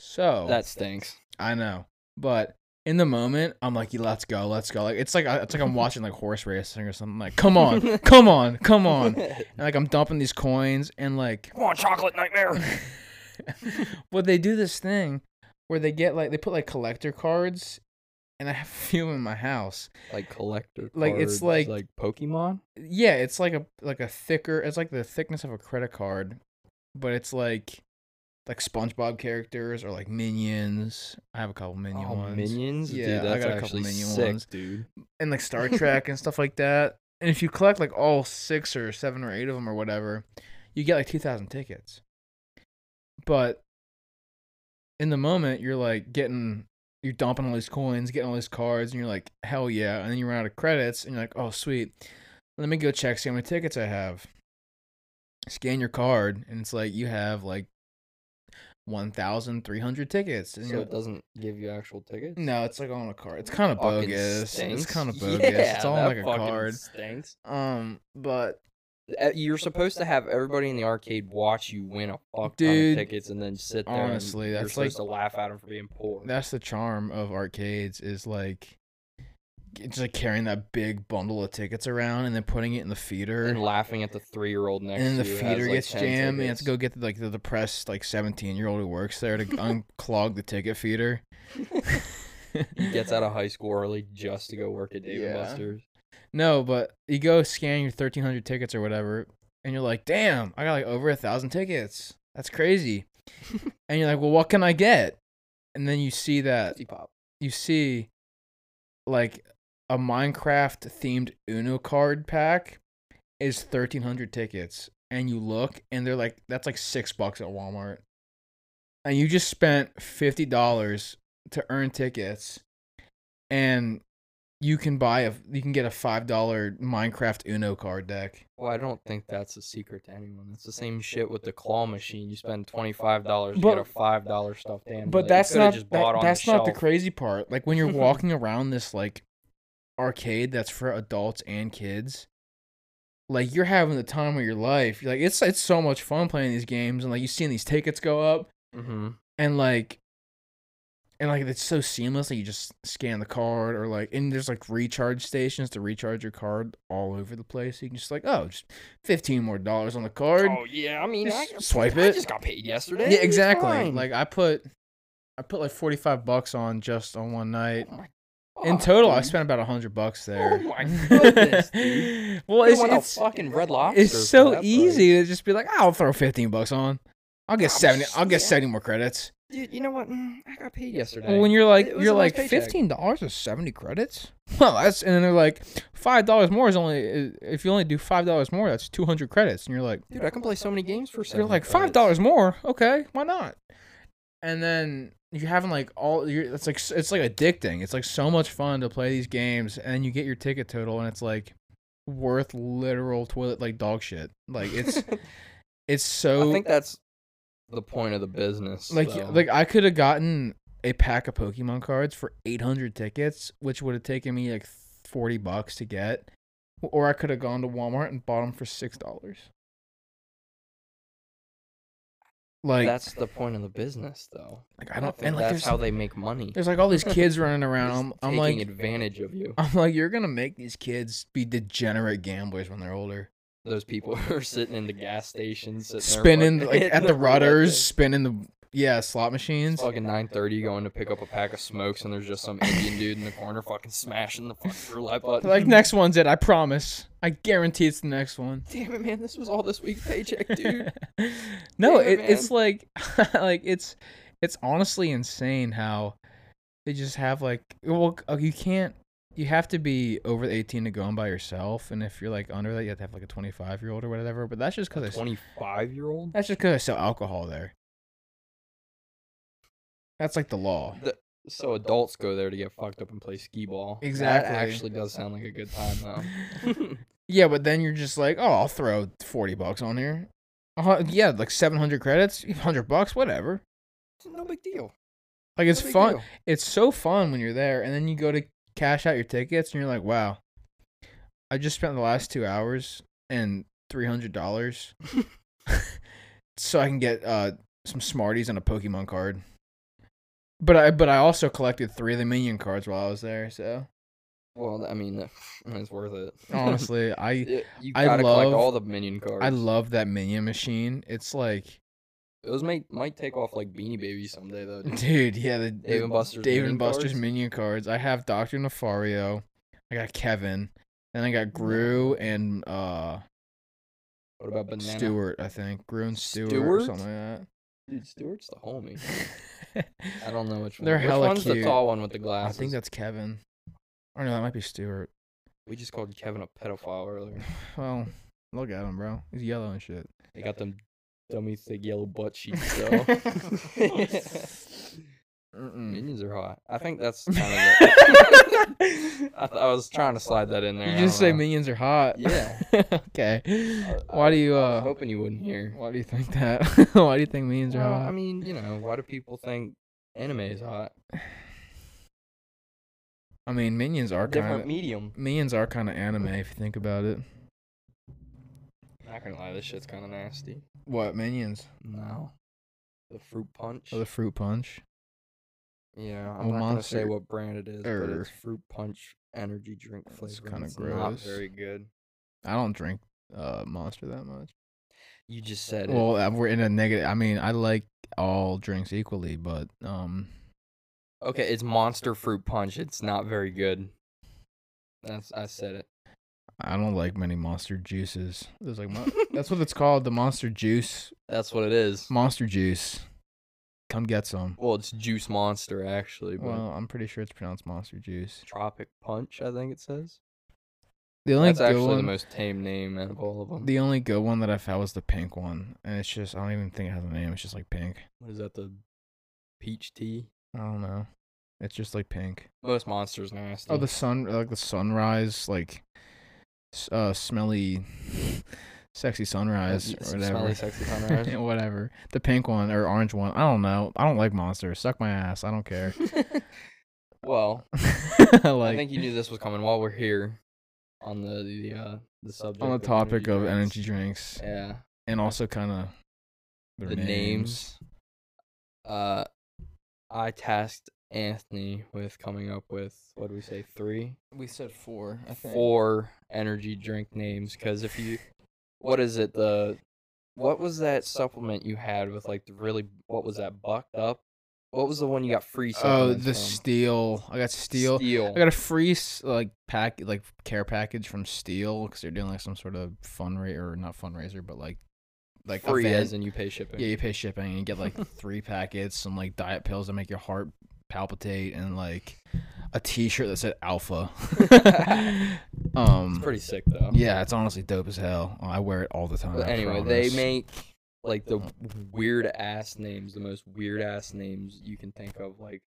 Speaker 3: So
Speaker 1: That stinks.
Speaker 3: I know, but in the moment, I'm like, yeah, let's go, let's go. Like it's like I- it's like I'm watching like horse racing or something. Like, come on, come on, come on. And like I'm dumping these coins, and like
Speaker 1: Come on, chocolate nightmare.
Speaker 3: well, they do this thing where they get like they put like collector cards, and I have a few in my house.
Speaker 1: like collector.
Speaker 3: Like, it's
Speaker 1: cards,
Speaker 3: like-
Speaker 1: like Pokemon.
Speaker 3: yeah it's like a like a thicker it's like the thickness of a credit card but it's like like spongebob characters or like minions i have a couple minion
Speaker 1: Oh,
Speaker 3: ones
Speaker 1: minions.
Speaker 3: Yeah, I
Speaker 1: dude, that's
Speaker 3: got a couple
Speaker 1: actually
Speaker 3: Minion
Speaker 1: sick,
Speaker 3: ones.
Speaker 1: dude.
Speaker 3: and like star trek and stuff like that and if you collect like all six or seven or eight of them or whatever you get like 2000 tickets but in the moment you're like getting you're dumping all these coins getting all these cards and you're like hell yeah and then you run out of credits and you're like oh sweet let me go check see how many tickets i have scan your card and it's like you have like 1300 tickets and
Speaker 1: So
Speaker 3: you're
Speaker 1: it doesn't give you actual tickets.
Speaker 3: no, it's like on a card. It's kind of
Speaker 1: Fucking
Speaker 3: bogus. It's
Speaker 1: stinks.
Speaker 3: kind of bogus.
Speaker 1: Yeah,
Speaker 3: it's all
Speaker 1: that
Speaker 3: like a
Speaker 1: fucking
Speaker 3: card.
Speaker 1: Stinks.
Speaker 3: Um, but
Speaker 1: Uh, You're supposed to have everybody in the arcade watch you win a fuck ton
Speaker 3: Dude,
Speaker 1: of tickets and then sit there. and
Speaker 3: honestly,
Speaker 1: you're
Speaker 3: that's like-
Speaker 1: supposed to laugh at them for being poor.
Speaker 3: that's the charm of arcades is like it's like carrying that big bundle of tickets around and then putting it in the feeder.
Speaker 1: and laughing at the three-year-old next.
Speaker 3: and then the
Speaker 1: to you who has,
Speaker 3: feeder
Speaker 1: like,
Speaker 3: gets
Speaker 1: 10
Speaker 3: jammed, and you have
Speaker 1: tickets.
Speaker 3: to go get the, like the depressed like seventeen year old who works there to unclog the ticket feeder.
Speaker 1: He gets out of high school early just to go work at Dave
Speaker 3: Yeah.
Speaker 1: and Buster's.
Speaker 3: No, but you go scan your thirteen hundred tickets or whatever, and you're like, damn, I got like over a thousand tickets. That's crazy. and you're like, well, what can I get? And then you see that
Speaker 2: Fifty pop.
Speaker 3: you see like a Minecraft themed Uno card pack is thirteen hundred tickets, and you look and they're like that's like six bucks at Walmart, and you just spent fifty dollars to earn tickets, and you can buy a you can get a five dollar Minecraft Uno card deck.
Speaker 1: Well, I don't think that's a secret to anyone. It's the same shit with the claw machine. You spend twenty five dollars to
Speaker 3: But-
Speaker 1: get a five dollar stuffed animal. that
Speaker 3: But
Speaker 1: you
Speaker 3: that's
Speaker 1: coulda
Speaker 3: not
Speaker 1: just
Speaker 3: that-
Speaker 1: bought on
Speaker 3: that's
Speaker 1: the
Speaker 3: not the
Speaker 1: shelf.
Speaker 3: crazy part. Like when you're walking around this like arcade that's for adults and kids, like you're having the time of your life. You're like it's it's so much fun playing these games and like you seeing these tickets go up
Speaker 1: Mhm.
Speaker 3: and like and like it's so seamless that you just scan the card or like and there's like recharge stations to recharge your card all over the place. You can just like oh just fifteen more dollars on the card.
Speaker 1: Oh yeah, I mean, I,
Speaker 3: Just swipe
Speaker 1: I
Speaker 3: it.
Speaker 1: just got paid yesterday.
Speaker 3: Yeah,
Speaker 1: It's
Speaker 3: exactly.
Speaker 1: fine.
Speaker 3: Like I put, I put like forty five bucks on just on one night.
Speaker 1: Oh my
Speaker 3: In
Speaker 1: fuck,
Speaker 3: total, I
Speaker 1: dude. Oh
Speaker 3: spent about a hundred bucks there.
Speaker 1: my goodness, dude.
Speaker 3: well,
Speaker 1: Could've
Speaker 3: it's
Speaker 1: went to
Speaker 3: it's,
Speaker 1: fucking Red Lobster. for
Speaker 3: it's so
Speaker 1: that price.
Speaker 3: easy to just be like, I'll throw fifteen bucks on. I'll get
Speaker 1: I'm
Speaker 3: seventy. I'll get
Speaker 1: s- Oh, yeah.
Speaker 3: seventy more credits.
Speaker 1: Dude, you know what? Mm, I got paid yesterday.
Speaker 3: Well, when you're like,
Speaker 1: It was
Speaker 3: you're
Speaker 1: a nice
Speaker 3: like
Speaker 1: paycheck.
Speaker 3: fifteen dollars is seventy credits. Well, that's and then they're like five dollars more is only if you only do five dollars more, that's two hundred credits. And you're like.
Speaker 1: Dude, I can play so many games for.
Speaker 3: You're
Speaker 1: 70
Speaker 3: like five
Speaker 1: credits.
Speaker 3: dollars more. Okay, why not? And then you're having like all you're, it's like s- it's like addicting. It's like so much fun to play these games, and you get your ticket total, and it's like worth literal toilet like dog shit. Like it's it's
Speaker 1: I
Speaker 3: so
Speaker 1: think that's the point of the business.
Speaker 3: like
Speaker 1: though.
Speaker 3: like I could have gotten a pack of Pokemon cards for 800 tickets, which would have taken me like 40 bucks to get, or I could have gone to Walmart and bought them for six dollars. Like
Speaker 1: that's the point of the business, though.
Speaker 3: Like I don't
Speaker 1: think
Speaker 3: and like
Speaker 1: that's
Speaker 3: there's,
Speaker 1: how they make money.
Speaker 3: there's like all these kids running
Speaker 1: It's
Speaker 3: around. I'm, I'm
Speaker 1: taking
Speaker 3: like
Speaker 1: advantage of you.
Speaker 3: I'm like you're gonna make these kids be degenerate gamblers when they're older,
Speaker 1: Those people who are sitting in the gas stations, sitting there
Speaker 3: spinning
Speaker 1: fucking
Speaker 3: like
Speaker 1: hitting
Speaker 3: at the
Speaker 1: roulette
Speaker 3: rudders,
Speaker 1: thing.
Speaker 3: spinning the yeah slot machines.
Speaker 1: It's fucking nine thirty, going to pick up a pack of smokes, and there's just some Indian dude in the corner, fucking smashing the fucking roulette button.
Speaker 3: Like next one's it, I promise. I guarantee it's the next one.
Speaker 1: damn it, man, this was all this week's paycheck, dude.
Speaker 3: no,
Speaker 1: Damn it,
Speaker 3: it, it's like like it's it's honestly insane how they just have like well uh, you can't you have to be over the 18 to go in by yourself and if you're like under that you have to have like a 25 year old or whatever but that's just because I
Speaker 1: Twenty-five year old.
Speaker 3: That's just because I sell alcohol there. That's like the law.
Speaker 1: So adults go there to get fucked up and play skee ball.
Speaker 3: Exactly.
Speaker 1: That actually does sound like a good time though.
Speaker 3: Yeah, but then you're just like, oh, I'll throw forty bucks on here. Uh, yeah, like seven hundred credits, hundred bucks, whatever.
Speaker 1: no big deal.
Speaker 3: Like it's
Speaker 1: No big
Speaker 3: fun.
Speaker 1: deal.
Speaker 3: It's so fun when you're there, and then you go to cash out your tickets, and you're like, wow, I just spent the last two hours and three hundred dollars, so I can get uh some Smarties and a Pokemon card. But I but I also collected three of the minion cards while I was there, so.
Speaker 1: Well, I mean, it's worth it.
Speaker 3: Honestly, I
Speaker 1: Y- you
Speaker 3: I
Speaker 1: gotta collect
Speaker 3: love-
Speaker 1: all the minion cards.
Speaker 3: I love that minion machine. It's like,
Speaker 1: Those might might take off like Beanie Babies someday though. dude.
Speaker 3: dude, yeah, the
Speaker 1: Dave and
Speaker 3: the
Speaker 1: Buster's
Speaker 3: Dave
Speaker 1: minion
Speaker 3: and Buster's
Speaker 1: cards?
Speaker 3: minion cards. I have Doctor Nefario. I got Kevin. Then I got Gru and uh
Speaker 1: What about banana?
Speaker 3: Stewart. I think Gru and Stewart, or
Speaker 1: Stewart?
Speaker 3: something like
Speaker 1: Dude, Stewart's the homie.
Speaker 3: that.
Speaker 1: I don't know which one.
Speaker 3: They're
Speaker 1: which
Speaker 3: hella
Speaker 1: one's
Speaker 3: cute.
Speaker 1: the tall one with the
Speaker 3: I
Speaker 1: glasses?
Speaker 3: think that's Kevin. Or no, that might be Stewart.
Speaker 1: we just called Kevin a pedophile earlier.
Speaker 3: Well, look at him, bro. He's yellow and shit.
Speaker 1: They got them dummy thick yellow butt cheeks though.
Speaker 3: Mm-mm.
Speaker 1: Minions are hot. I think that's kind of it. I, th- I was trying to slide that in there.
Speaker 3: You
Speaker 1: I
Speaker 3: just
Speaker 1: don't
Speaker 3: say
Speaker 1: know.
Speaker 3: minions are hot.
Speaker 1: Yeah.
Speaker 3: okay.
Speaker 1: I-
Speaker 3: Why do you
Speaker 1: I
Speaker 3: uh?
Speaker 1: was hoping you wouldn't hear.
Speaker 3: Why do you think that? Why do you think memes are
Speaker 1: Well,
Speaker 3: hot?
Speaker 1: I mean, you know, why do people think anime is hot?
Speaker 3: I mean, minions are kind
Speaker 1: Different
Speaker 3: of
Speaker 1: medium.
Speaker 3: minions are kind of anime if you think about it.
Speaker 1: Not gonna lie, this shit's kind of nasty.
Speaker 3: What minions?
Speaker 1: No. The fruit punch.
Speaker 3: Oh, the fruit punch.
Speaker 1: yeah, I'm
Speaker 3: Oh,
Speaker 1: not gonna say
Speaker 3: Monster-
Speaker 1: what brand it is, but
Speaker 3: er.
Speaker 1: it's fruit punch energy drink flavor.
Speaker 3: That's
Speaker 1: and
Speaker 3: kinda
Speaker 1: it's Not
Speaker 3: gross.
Speaker 1: very good.
Speaker 3: I don't drink uh monster that much.
Speaker 1: You just said it.
Speaker 3: Well, uh, we're in a negative. I mean, I like all drinks equally, but um,
Speaker 1: Okay, it's monster fruit punch. It's not very good. That's I said it.
Speaker 3: I don't like many monster juices. There's like mon- that's what it's called, the monster juice.
Speaker 1: That's what it is.
Speaker 3: Monster juice. Come get some.
Speaker 1: Well, it's Juice Monster actually, but
Speaker 3: Well, I'm pretty sure it's pronounced monster juice.
Speaker 1: Tropic Punch, I think it says.
Speaker 3: The only
Speaker 1: That's
Speaker 3: good
Speaker 1: actually
Speaker 3: one,
Speaker 1: the most tame name out of all of them.
Speaker 3: the only good one that I found was the pink one, and it's just I don't even think it has a name. It's just like pink.
Speaker 1: what is that? The peach tea.
Speaker 3: I don't know. It's just like pink.
Speaker 1: Most monsters nasty.
Speaker 3: Oh, the sun, like the sunrise, like s- uh, smelly, sexy sunrise
Speaker 1: s-
Speaker 3: or whatever.
Speaker 1: smelly sexy sunrise.
Speaker 3: Yeah, whatever. The pink one or orange one. I don't know. I don't like monsters. Suck my ass. I don't care.
Speaker 1: well,
Speaker 3: like
Speaker 1: I think you knew this was coming while we're here on the the uh, the subject
Speaker 3: on the
Speaker 1: of
Speaker 3: topic of
Speaker 1: drinks.
Speaker 3: energy drinks
Speaker 1: Yeah,
Speaker 3: and also kind of
Speaker 1: the names. Uh, I tasked Anthony with coming up with what do we say three,
Speaker 3: We said four. I think.
Speaker 1: four energy drink names because if you, what is it the, what was that supplement you had with like the really what was that bucked up? What was the one you got free?
Speaker 3: Oh,
Speaker 1: supplements
Speaker 3: the
Speaker 1: from?
Speaker 3: steel. I got steel.
Speaker 1: Steel.
Speaker 3: I got a free s- like pack like care package from Steel because they're doing like some sort of fundraiser or not fundraiser but like like
Speaker 1: free
Speaker 3: event.
Speaker 1: as in you pay shipping.
Speaker 3: yeah you pay shipping and you get like three packets some like diet pills that make your heart palpitate and like a T-shirt that said Alpha. um,
Speaker 1: It's pretty sick though.
Speaker 3: yeah, it's honestly dope as hell. I wear it all the time.
Speaker 1: But
Speaker 3: I
Speaker 1: anyway, they
Speaker 3: promise. uh,
Speaker 1: make like the weird ass names, the most weird ass names you can think of. Like,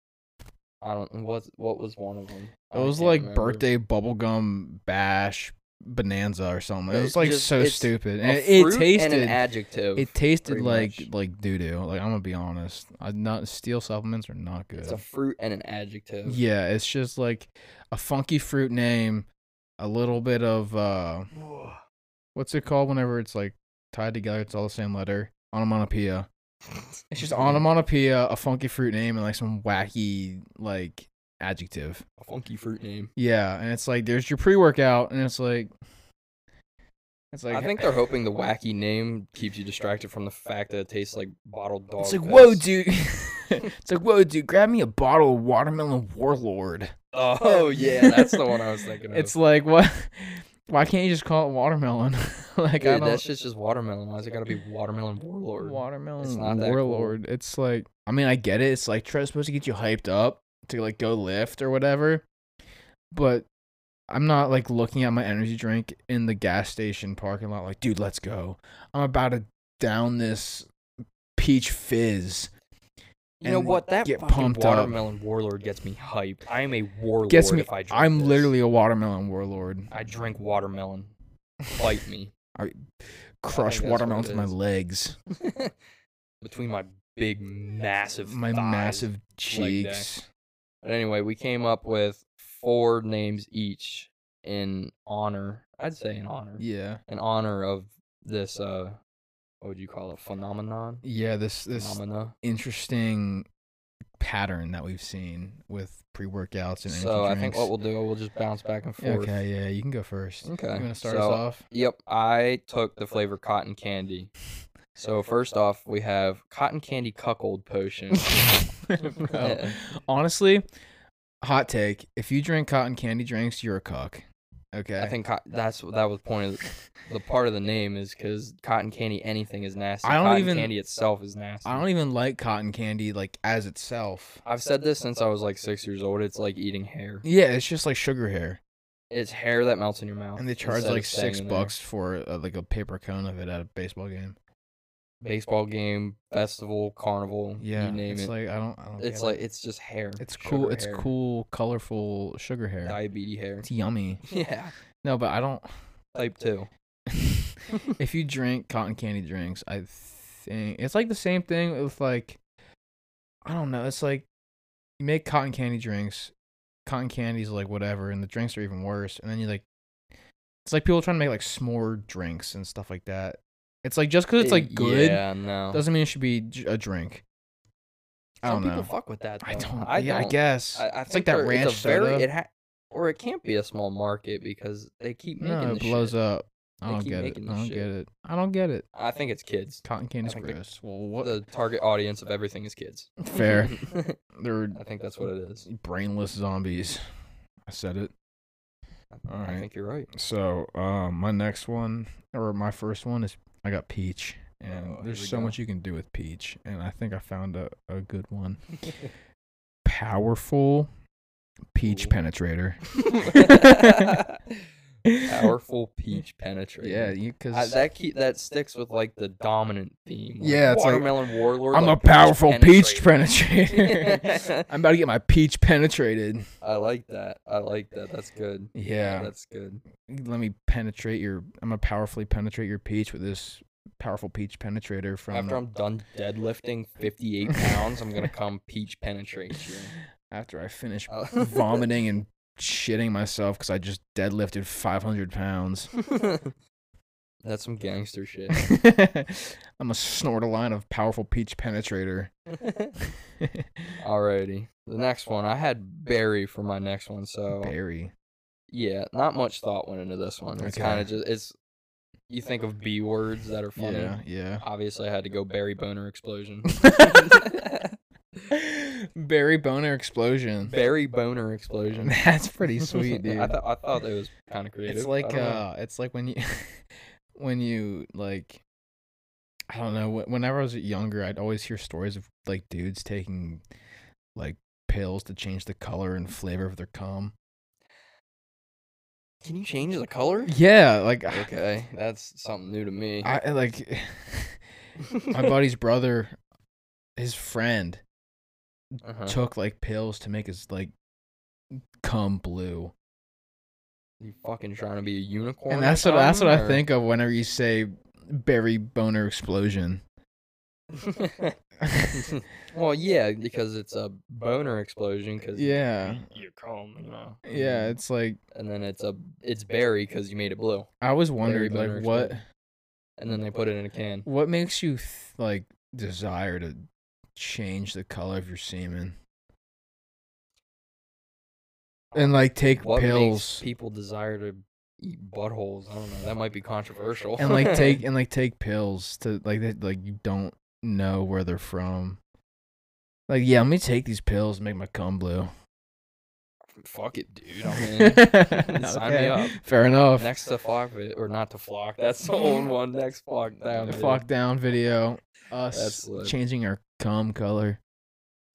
Speaker 1: I don't what what was one of them.
Speaker 3: It was like birthday bubblegum bash bonanza or something. It
Speaker 1: It
Speaker 3: was like
Speaker 1: just-
Speaker 3: so
Speaker 1: it's
Speaker 3: stupid. And
Speaker 1: It,
Speaker 3: it, it
Speaker 1: tasted
Speaker 3: tasted
Speaker 1: an adjective.
Speaker 3: It tasted
Speaker 1: pretty
Speaker 3: like
Speaker 1: much.
Speaker 3: like doo doo. Like I'm gonna be honest, I not steel supplements are not good.
Speaker 1: it's a fruit and an adjective.
Speaker 3: yeah, it's just like a funky fruit name, a little bit of uh, what's it called? Whenever it's like tied together, it's all the same letter. Onomatopoeia. It's just
Speaker 1: Mm.
Speaker 3: onomatopoeia, a funky fruit name, and like some wacky like adjective.
Speaker 1: A funky fruit name.
Speaker 3: Yeah, and it's like there's your pre workout, and it's like, it's like
Speaker 1: I think they're hoping the wacky name keeps you distracted from the fact that it tastes like bottled dog.
Speaker 3: It's like, whoa,
Speaker 1: piss."
Speaker 3: dude. it's like, whoa, dude, grab me a bottle of watermelon warlord.
Speaker 1: Oh yeah, that's the one I was thinking of.
Speaker 3: It's like, what? Why can't you just call it watermelon? like, I
Speaker 1: Dude,
Speaker 3: don't.
Speaker 1: that shit's just watermelon. Why's it gotta be watermelon warlord?
Speaker 3: watermelon
Speaker 1: It's not that cool.
Speaker 3: warlord. It's like, I mean, I get it. It's like, try, supposed to get you hyped up to like go lift or whatever. But I'm not like looking at my energy drink in the gas station parking lot, like, dude, let's go. I'm about to down this peach fizz.
Speaker 1: You know
Speaker 3: and
Speaker 1: what? That
Speaker 3: get
Speaker 1: fucking
Speaker 3: pumped up.
Speaker 1: watermelon warlord gets me hyped. I am a warlord.
Speaker 3: Gets me.
Speaker 1: If I drink
Speaker 3: I'm
Speaker 1: this.
Speaker 3: literally a watermelon warlord.
Speaker 1: I drink watermelon. Bite me
Speaker 3: Crush
Speaker 1: that's what
Speaker 3: watermelon
Speaker 1: it
Speaker 3: to my
Speaker 1: is.
Speaker 3: legs,
Speaker 1: between my big, massive,
Speaker 3: my
Speaker 1: thighs.
Speaker 3: massive
Speaker 1: leg day.
Speaker 3: cheeks.
Speaker 1: But anyway, we came up with four names each in honor. I'd say in honor.
Speaker 3: Yeah,
Speaker 1: In honor of this. Uh, what would you call it? Phenomenon.
Speaker 3: yeah. This this
Speaker 1: Phenomena.
Speaker 3: interesting pattern that we've seen with pre workouts and energy
Speaker 1: So I think
Speaker 3: drinks.
Speaker 1: what we'll do, we'll just bounce back and forth.
Speaker 3: okay, yeah, you can go first.
Speaker 1: Okay,
Speaker 3: you want to start
Speaker 1: so-
Speaker 3: us off?
Speaker 1: Yep, I took the flavor cotton candy. So first off, we have cotton candy cuckold potion.
Speaker 3: Bro, Honestly, hot take. If you drink cotton candy drinks, you're a cuck. Okay.
Speaker 1: I think co- that's that was point of the part of the name is because cotton candy anything is nasty.
Speaker 3: I don't
Speaker 1: cotton
Speaker 3: even-
Speaker 1: candy itself is nasty.
Speaker 3: I don't even like cotton candy like as itself.
Speaker 1: I've said this since I was like six years old. It's like eating hair.
Speaker 3: Yeah, it's just like sugar hair.
Speaker 1: It's hair that melts in your mouth.
Speaker 3: And they charge
Speaker 1: instead of
Speaker 3: like
Speaker 1: staying
Speaker 3: six
Speaker 1: in there.
Speaker 3: bucks for uh, like a paper cone of it at a baseball game.
Speaker 1: Baseball game, festival, carnival.
Speaker 3: Yeah,
Speaker 1: you name
Speaker 3: it's
Speaker 1: it.
Speaker 3: like I don't. I don't
Speaker 1: it's
Speaker 3: get
Speaker 1: like
Speaker 3: it.
Speaker 1: it's just hair.
Speaker 3: it's
Speaker 1: sugar
Speaker 3: cool. It's
Speaker 1: hair,
Speaker 3: cool, colorful sugar hair.
Speaker 1: Diabetes hair.
Speaker 3: It's yummy.
Speaker 1: Yeah,
Speaker 3: No, but I don't.
Speaker 1: type two.
Speaker 3: if you drink cotton candy drinks, I think it's like the same thing with like, I don't know. It's like you make cotton candy drinks. Cotton candy's like whatever, and the drinks are even worse. And then you like, it's like people trying to make like s'more drinks and stuff like that. It's like just because it's
Speaker 1: Eh,
Speaker 3: like good
Speaker 1: Yeah, no.
Speaker 3: Doesn't mean it should be j- a drink. I
Speaker 1: Some
Speaker 3: don't
Speaker 1: people
Speaker 3: know.
Speaker 1: fuck with that. Though.
Speaker 3: I don't.
Speaker 1: I
Speaker 3: yeah,
Speaker 1: don't.
Speaker 3: I guess.
Speaker 1: I, I
Speaker 3: it's
Speaker 1: think
Speaker 3: like that
Speaker 1: there-
Speaker 3: ranch
Speaker 1: it's a very,
Speaker 3: soda.
Speaker 1: It ha- or it can't be a small market because they keep making
Speaker 3: no, it
Speaker 1: this
Speaker 3: blows
Speaker 1: shit.
Speaker 3: up. I
Speaker 1: They
Speaker 3: don't
Speaker 1: keep
Speaker 3: get it.
Speaker 1: making
Speaker 3: I
Speaker 1: this
Speaker 3: don't
Speaker 1: shit.
Speaker 3: get it. I don't get it.
Speaker 1: I think it's kids.
Speaker 3: Cotton candy's
Speaker 1: think the-
Speaker 3: gross. well, what?
Speaker 1: The target audience of everything is kids.
Speaker 3: Fair. They're
Speaker 1: I think that's what it is.
Speaker 3: brainless zombies. I said it. All
Speaker 1: I
Speaker 3: right.
Speaker 1: think you're right.
Speaker 3: So, um, my next one or my first one is I got peach, and
Speaker 1: Oh, here we
Speaker 3: there's so
Speaker 1: go.
Speaker 3: much you can do with peach, and I think I found a, a good one. Powerful peach
Speaker 1: Ooh.
Speaker 3: penetrator.
Speaker 1: Powerful peach penetrator.
Speaker 3: Yeah, you because
Speaker 1: I, that keep that sticks with like the dominant theme. like,
Speaker 3: Yeah, it's like,
Speaker 1: watermelon warlord.
Speaker 3: I'm
Speaker 1: like,
Speaker 3: a powerful peach
Speaker 1: penetrator."
Speaker 3: penetrator. I'm about to get my peach penetrated.
Speaker 1: I like that. I like that. That's good.
Speaker 3: Yeah.
Speaker 1: that's good.
Speaker 3: Let me penetrate your. I'm gonna powerfully penetrate your peach with this powerful peach penetrator from.
Speaker 1: After
Speaker 3: the-
Speaker 1: I'm done deadlifting 58 pounds, I'm gonna come peach penetrate you.
Speaker 3: After I finish
Speaker 1: Uh,
Speaker 3: vomiting and shitting myself because I just deadlifted 500 pounds.
Speaker 1: That's some gangster shit.
Speaker 3: I'm a snort a line of powerful peach penetrator.
Speaker 1: Alrighty. The next one, I had berry for my next one, so
Speaker 3: Berry.
Speaker 1: yeah, not much thought went into this one. It's
Speaker 3: Okay.
Speaker 1: kind of just it's. You think of B words that are funny.
Speaker 3: Yeah, yeah.
Speaker 1: Obviously, I had to go berry boner explosion.
Speaker 3: Berry boner explosion.
Speaker 1: berry boner explosion.
Speaker 3: That's pretty sweet, dude.
Speaker 1: I, th- I thought it was kind of creative.
Speaker 3: it's
Speaker 1: I
Speaker 3: like
Speaker 1: don't know.
Speaker 3: uh it's like when you when you like i don't know wh- whenever i was younger i'd always hear stories of like dudes taking like pills to change the color and flavor of their cum
Speaker 1: Can you change the color?
Speaker 3: yeah like I
Speaker 1: Okay, that's something new to me.
Speaker 3: i like my buddy's brother his friend
Speaker 1: Uh-huh.
Speaker 3: took like pills to make his like cum blue
Speaker 1: You fucking trying to be a unicorn?
Speaker 3: and
Speaker 1: or
Speaker 3: that's what that's what i
Speaker 1: something,
Speaker 3: think of whenever you say berry boner explosion
Speaker 1: or- well, yeah, because it's a boner explosion. Because
Speaker 3: yeah
Speaker 1: you calm, you know.
Speaker 3: yeah it's like
Speaker 1: And then it's a it's berry because you made it blue,
Speaker 3: I always wondered
Speaker 1: boner
Speaker 3: like what
Speaker 1: and then they put it in a can.
Speaker 3: what makes you th- like desire to change the color of your semen and like take
Speaker 1: What makes
Speaker 3: pills
Speaker 1: people desire to eat buttholes? I don't know. That might be controversial.
Speaker 3: and like take and like take pills to like that like you don't know where they're from. Like yeah, let me take these pills and make my cum blue.
Speaker 1: Fuck it, dude. I'm in. Sign me
Speaker 3: Okay,
Speaker 1: up.
Speaker 3: Fair enough.
Speaker 1: next to flock vi- or not to flock. That's the old one. Next flock down.
Speaker 3: The
Speaker 1: dude.
Speaker 3: Flock down video. Us
Speaker 1: That's lit.
Speaker 3: changing our cum color.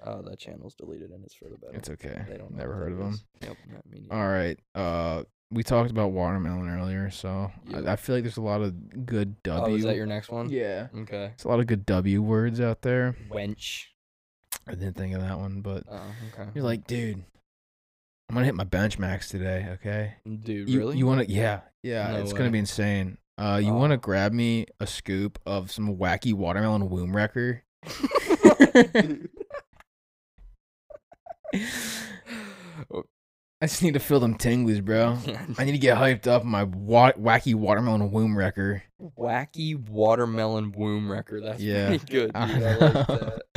Speaker 1: Oh, that channel's deleted and it's for the better.
Speaker 3: It's okay.
Speaker 1: They don't know
Speaker 3: Never
Speaker 1: what
Speaker 3: heard of
Speaker 1: that
Speaker 3: them.
Speaker 1: is. Yep. Not me neither.
Speaker 3: All right. Uh, we talked about watermelon earlier, so
Speaker 1: Yep.
Speaker 3: I, I feel like there's a lot of good
Speaker 1: Oh,
Speaker 3: W.
Speaker 1: is that your next one?
Speaker 3: yeah.
Speaker 1: Okay.
Speaker 3: There's a lot of good W words out there.
Speaker 1: Wench.
Speaker 3: I didn't think of that one, but
Speaker 1: Oh, okay.
Speaker 3: you're like, dude, I'm gonna hit my bench max today, okay?
Speaker 1: Dude,
Speaker 3: You,
Speaker 1: really?
Speaker 3: You wanna? Yeah. Yeah.
Speaker 1: No
Speaker 3: it's gonna
Speaker 1: way.
Speaker 3: be insane. Uh, you
Speaker 1: Oh.
Speaker 3: wanna grab me a scoop of some wacky watermelon womb wrecker? I just need to feel them tinglies, bro. I need to get hyped up on my wa- wacky watermelon womb wrecker.
Speaker 1: Wacky watermelon womb wrecker. That's
Speaker 3: Yeah.
Speaker 1: pretty good. Dude.
Speaker 3: I
Speaker 1: I
Speaker 3: know.
Speaker 1: like that.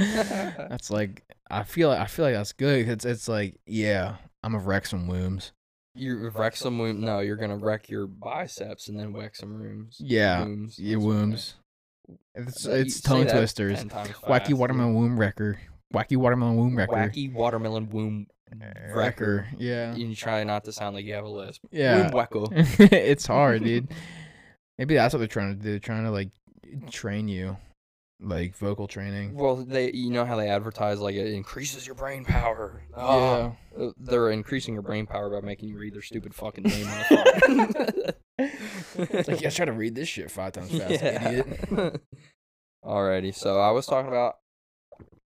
Speaker 3: that's like I feel I feel like that's good. 'cause It's it's like yeah, I'm gonna wreck some wombs.
Speaker 1: you wreck some womb. No, you're gonna wreck your biceps and then wreck some rooms.
Speaker 3: Yeah,
Speaker 1: Wombs.
Speaker 3: your
Speaker 1: that's what I meant.
Speaker 3: wombs. It's
Speaker 1: Uh, you
Speaker 3: it's
Speaker 1: say
Speaker 3: tongue
Speaker 1: that
Speaker 3: twisters.
Speaker 1: 10 times fast,
Speaker 3: Wacky
Speaker 1: dude.
Speaker 3: watermelon womb wrecker. Wacky watermelon womb wrecker. Eh,
Speaker 1: Wacky watermelon womb wrecker.
Speaker 3: wrecker. Yeah,
Speaker 1: You try not to sound like you have a lisp.
Speaker 3: yeah.
Speaker 1: Womb wrecker.
Speaker 3: it's hard, dude. Maybe that's what they're trying to do. They're trying to like train you, like vocal training.
Speaker 1: Well, they you know how they advertise like it increases your brain power. Ah, uh, They're increasing your brain power by making you read their stupid fucking name on the
Speaker 3: yeah.
Speaker 1: phone.
Speaker 3: It's like, yeah, try to read this shit five times fast, idiot.
Speaker 1: Alrighty, so I was talking about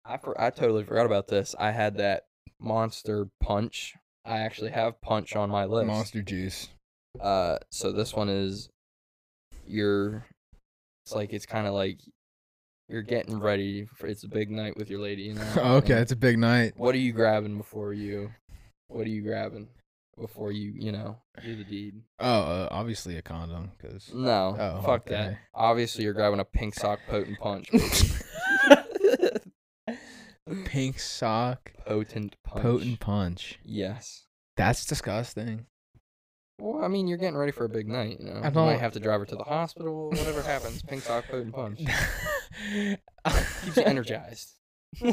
Speaker 1: I for, I totally forgot about this. I had that monster punch. I actually have punch on my list.
Speaker 3: Monster juice.
Speaker 1: Uh, so this one is you're it's like it's kind of like you're getting ready for it's a big night with your lady, you know.
Speaker 3: okay,
Speaker 1: and
Speaker 3: it's a big night.
Speaker 1: What are you grabbing before you? What are you grabbing before you? You know, do the deed.
Speaker 3: Oh, uh, obviously a condom, because
Speaker 1: No,
Speaker 3: Oh,
Speaker 1: fuck
Speaker 3: okay.
Speaker 1: that. Obviously, you're grabbing a pink sock potent punch. baby.
Speaker 3: pink sock,
Speaker 1: potent punch.
Speaker 3: potent punch.
Speaker 1: Yes.
Speaker 3: That's disgusting.
Speaker 1: Well, I mean, you're getting ready for a big night, you know.
Speaker 3: I
Speaker 1: You might
Speaker 3: don't-
Speaker 1: have to drive her to the hospital. Whatever happens, pink sock potent punch keeps you
Speaker 3: Keeps
Speaker 1: energized.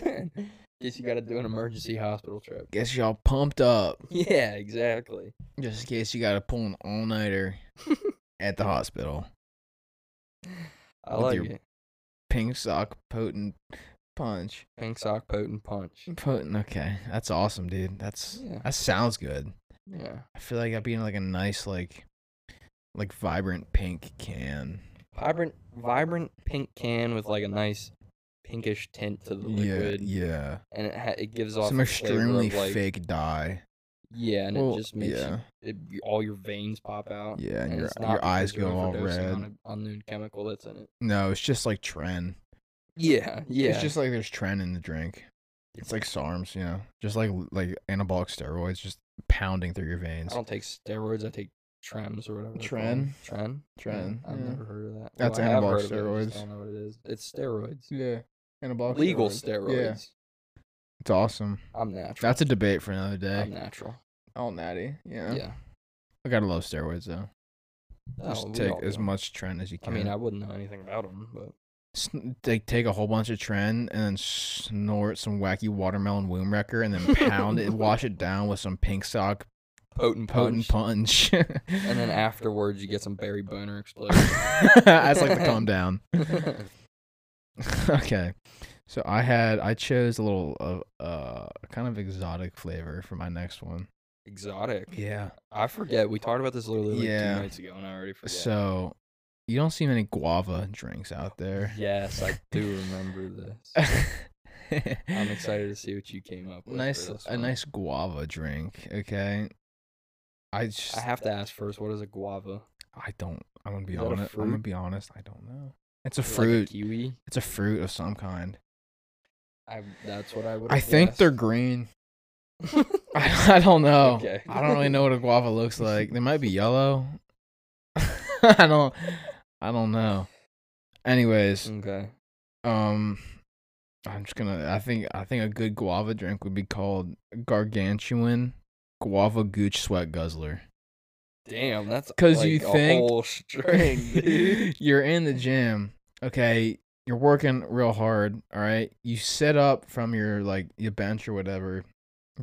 Speaker 1: Guess you got to do an emergency hospital trip.
Speaker 3: Guess y'all pumped up
Speaker 1: Yeah, exactly.
Speaker 3: just in case you got to pull an all nighter at the hospital.
Speaker 1: I
Speaker 3: With
Speaker 1: like
Speaker 3: your-
Speaker 1: it.
Speaker 3: Pink sock potent punch.
Speaker 1: Pink sock potent punch.
Speaker 3: Potent. Okay, that's awesome, dude. That's
Speaker 1: Yeah.
Speaker 3: that sounds good.
Speaker 1: Yeah.
Speaker 3: I feel like I'd be in like a nice like like vibrant pink can.
Speaker 1: Vibrant, vibrant pink can with like a nice pinkish tint to the liquid,
Speaker 3: Yeah, yeah.
Speaker 1: and it ha- it gives off
Speaker 3: Some
Speaker 1: a flavor
Speaker 3: extremely
Speaker 1: of, like,
Speaker 3: fake dye.
Speaker 1: Yeah, and
Speaker 3: Well,
Speaker 1: it just makes
Speaker 3: yeah,
Speaker 1: you, it, you- all your veins pop out.
Speaker 3: yeah, and,
Speaker 1: and
Speaker 3: your
Speaker 1: it's not
Speaker 3: your
Speaker 1: because
Speaker 3: eyes
Speaker 1: you're
Speaker 3: go all
Speaker 1: overdosing
Speaker 3: red.
Speaker 1: on a unknown chemical that's in it.
Speaker 3: No, it's just like Tren.
Speaker 1: Yeah, yeah.
Speaker 3: It's just like there's Tren in the drink. It's like SARMs, you know, just like like anabolic steroids, just pounding through your veins.
Speaker 1: I don't take steroids. I take Trems or whatever. they're
Speaker 3: Tren?
Speaker 1: called. Tren.
Speaker 3: Tren,
Speaker 1: I've
Speaker 3: yeah.
Speaker 1: never heard of that.
Speaker 3: That's
Speaker 1: I have
Speaker 3: anabolic
Speaker 1: heard of it, I just
Speaker 3: steroids.
Speaker 1: don't know what it is. It's steroids.
Speaker 3: Yeah, anabolic
Speaker 1: Legal
Speaker 3: Yeah.
Speaker 1: steroids.
Speaker 3: It's awesome.
Speaker 1: I'm natural.
Speaker 3: That's a debate for another day.
Speaker 1: I'm natural.
Speaker 3: All natty. Yeah.
Speaker 1: Yeah.
Speaker 3: I gotta love steroids though.
Speaker 1: No,
Speaker 3: Just
Speaker 1: we
Speaker 3: take
Speaker 1: all
Speaker 3: as
Speaker 1: do.
Speaker 3: much Tren as you
Speaker 1: I
Speaker 3: can.
Speaker 1: mean, I wouldn't know anything about them, but
Speaker 3: Sn- like take a whole bunch of Tren and then snort some wacky watermelon womb wrecker and then pound it, wash it down with some pink sock
Speaker 1: potent,
Speaker 3: potent
Speaker 1: punch.
Speaker 3: punch.
Speaker 1: And then afterwards, you get some Barry Boner explosion.
Speaker 3: that's like the calm down. okay, so I had I chose a little uh, uh kind of exotic flavor for my next one.
Speaker 1: Exotic.
Speaker 3: Yeah.
Speaker 1: I forget. We talked about this literally like
Speaker 3: Yeah.
Speaker 1: two nights ago, and I already forgot.
Speaker 3: So you don't see many guava drinks out there.
Speaker 1: yes, I do remember this. I'm excited to see what you came up with. for
Speaker 3: nice
Speaker 1: this
Speaker 3: a
Speaker 1: one.
Speaker 3: nice guava drink okay i just
Speaker 1: I
Speaker 3: i,
Speaker 1: have to ask first. What is a guava?
Speaker 3: don't i'm gonna be
Speaker 1: Is that a
Speaker 3: honest i'm gonna
Speaker 1: fruit?
Speaker 3: be honest i don't know it's a
Speaker 1: Is it like
Speaker 3: fruit
Speaker 1: kiwi.
Speaker 3: it's a fruit of some kind
Speaker 1: I, that's what I would.
Speaker 3: i
Speaker 1: have
Speaker 3: think they're
Speaker 1: guessed.
Speaker 3: green i, I don't know
Speaker 1: Okay.
Speaker 3: i don't really know what a guava looks like they might be yellow i don't i don't know anyways
Speaker 1: okay. Mm.
Speaker 3: um i'm just gonna i think i think a good guava drink would be called gargantuan guava gooch sweat guzzler
Speaker 1: Damn, that's
Speaker 3: 'Cause
Speaker 1: like
Speaker 3: you
Speaker 1: a
Speaker 3: think-
Speaker 1: whole string, dude.
Speaker 3: You're in the gym. Okay. You're working real hard. All right. You sit up from your like your bench or whatever,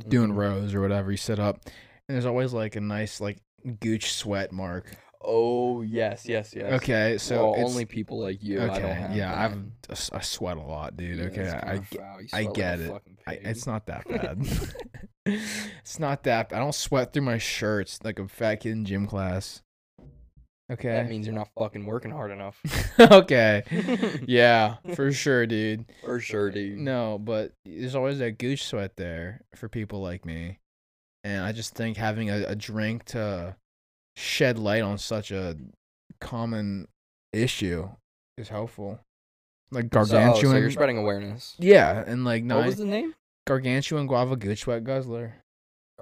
Speaker 3: doing
Speaker 1: Mhm.
Speaker 3: rows or whatever. You sit up, and there's always like a nice like gooch sweat mark.
Speaker 1: Oh yes, yes, yes.
Speaker 3: Okay. So
Speaker 1: well,
Speaker 3: it's,
Speaker 1: only people like you. I don't
Speaker 3: okay,
Speaker 1: have.
Speaker 3: yeah, I've-
Speaker 1: that.
Speaker 3: I s- I sweat a lot, dude.
Speaker 1: Yeah,
Speaker 3: okay.
Speaker 1: it's
Speaker 3: I,
Speaker 1: kinda
Speaker 3: g-
Speaker 1: foul. You
Speaker 3: I
Speaker 1: sweat like a
Speaker 3: get it.
Speaker 1: fucking
Speaker 3: I-
Speaker 1: pig.
Speaker 3: it's not that bad. it's not that. b- I don't sweat through my shirts like a fat kid in gym class.
Speaker 1: That
Speaker 3: Okay.
Speaker 1: means you're not fucking working hard enough.
Speaker 3: okay. Yeah, for sure, dude.
Speaker 1: For sure, dude.
Speaker 3: No, but there's always that gooch sweat there for people like me. And I just think having a, a drink to shed light on such a common issue is helpful. Like
Speaker 1: So, oh,
Speaker 3: gargantuan.
Speaker 1: so you're spreading awareness.
Speaker 3: yeah, and like
Speaker 1: What
Speaker 3: nine
Speaker 1: was the name?
Speaker 3: gargantuan guava gooch sweat guzzler.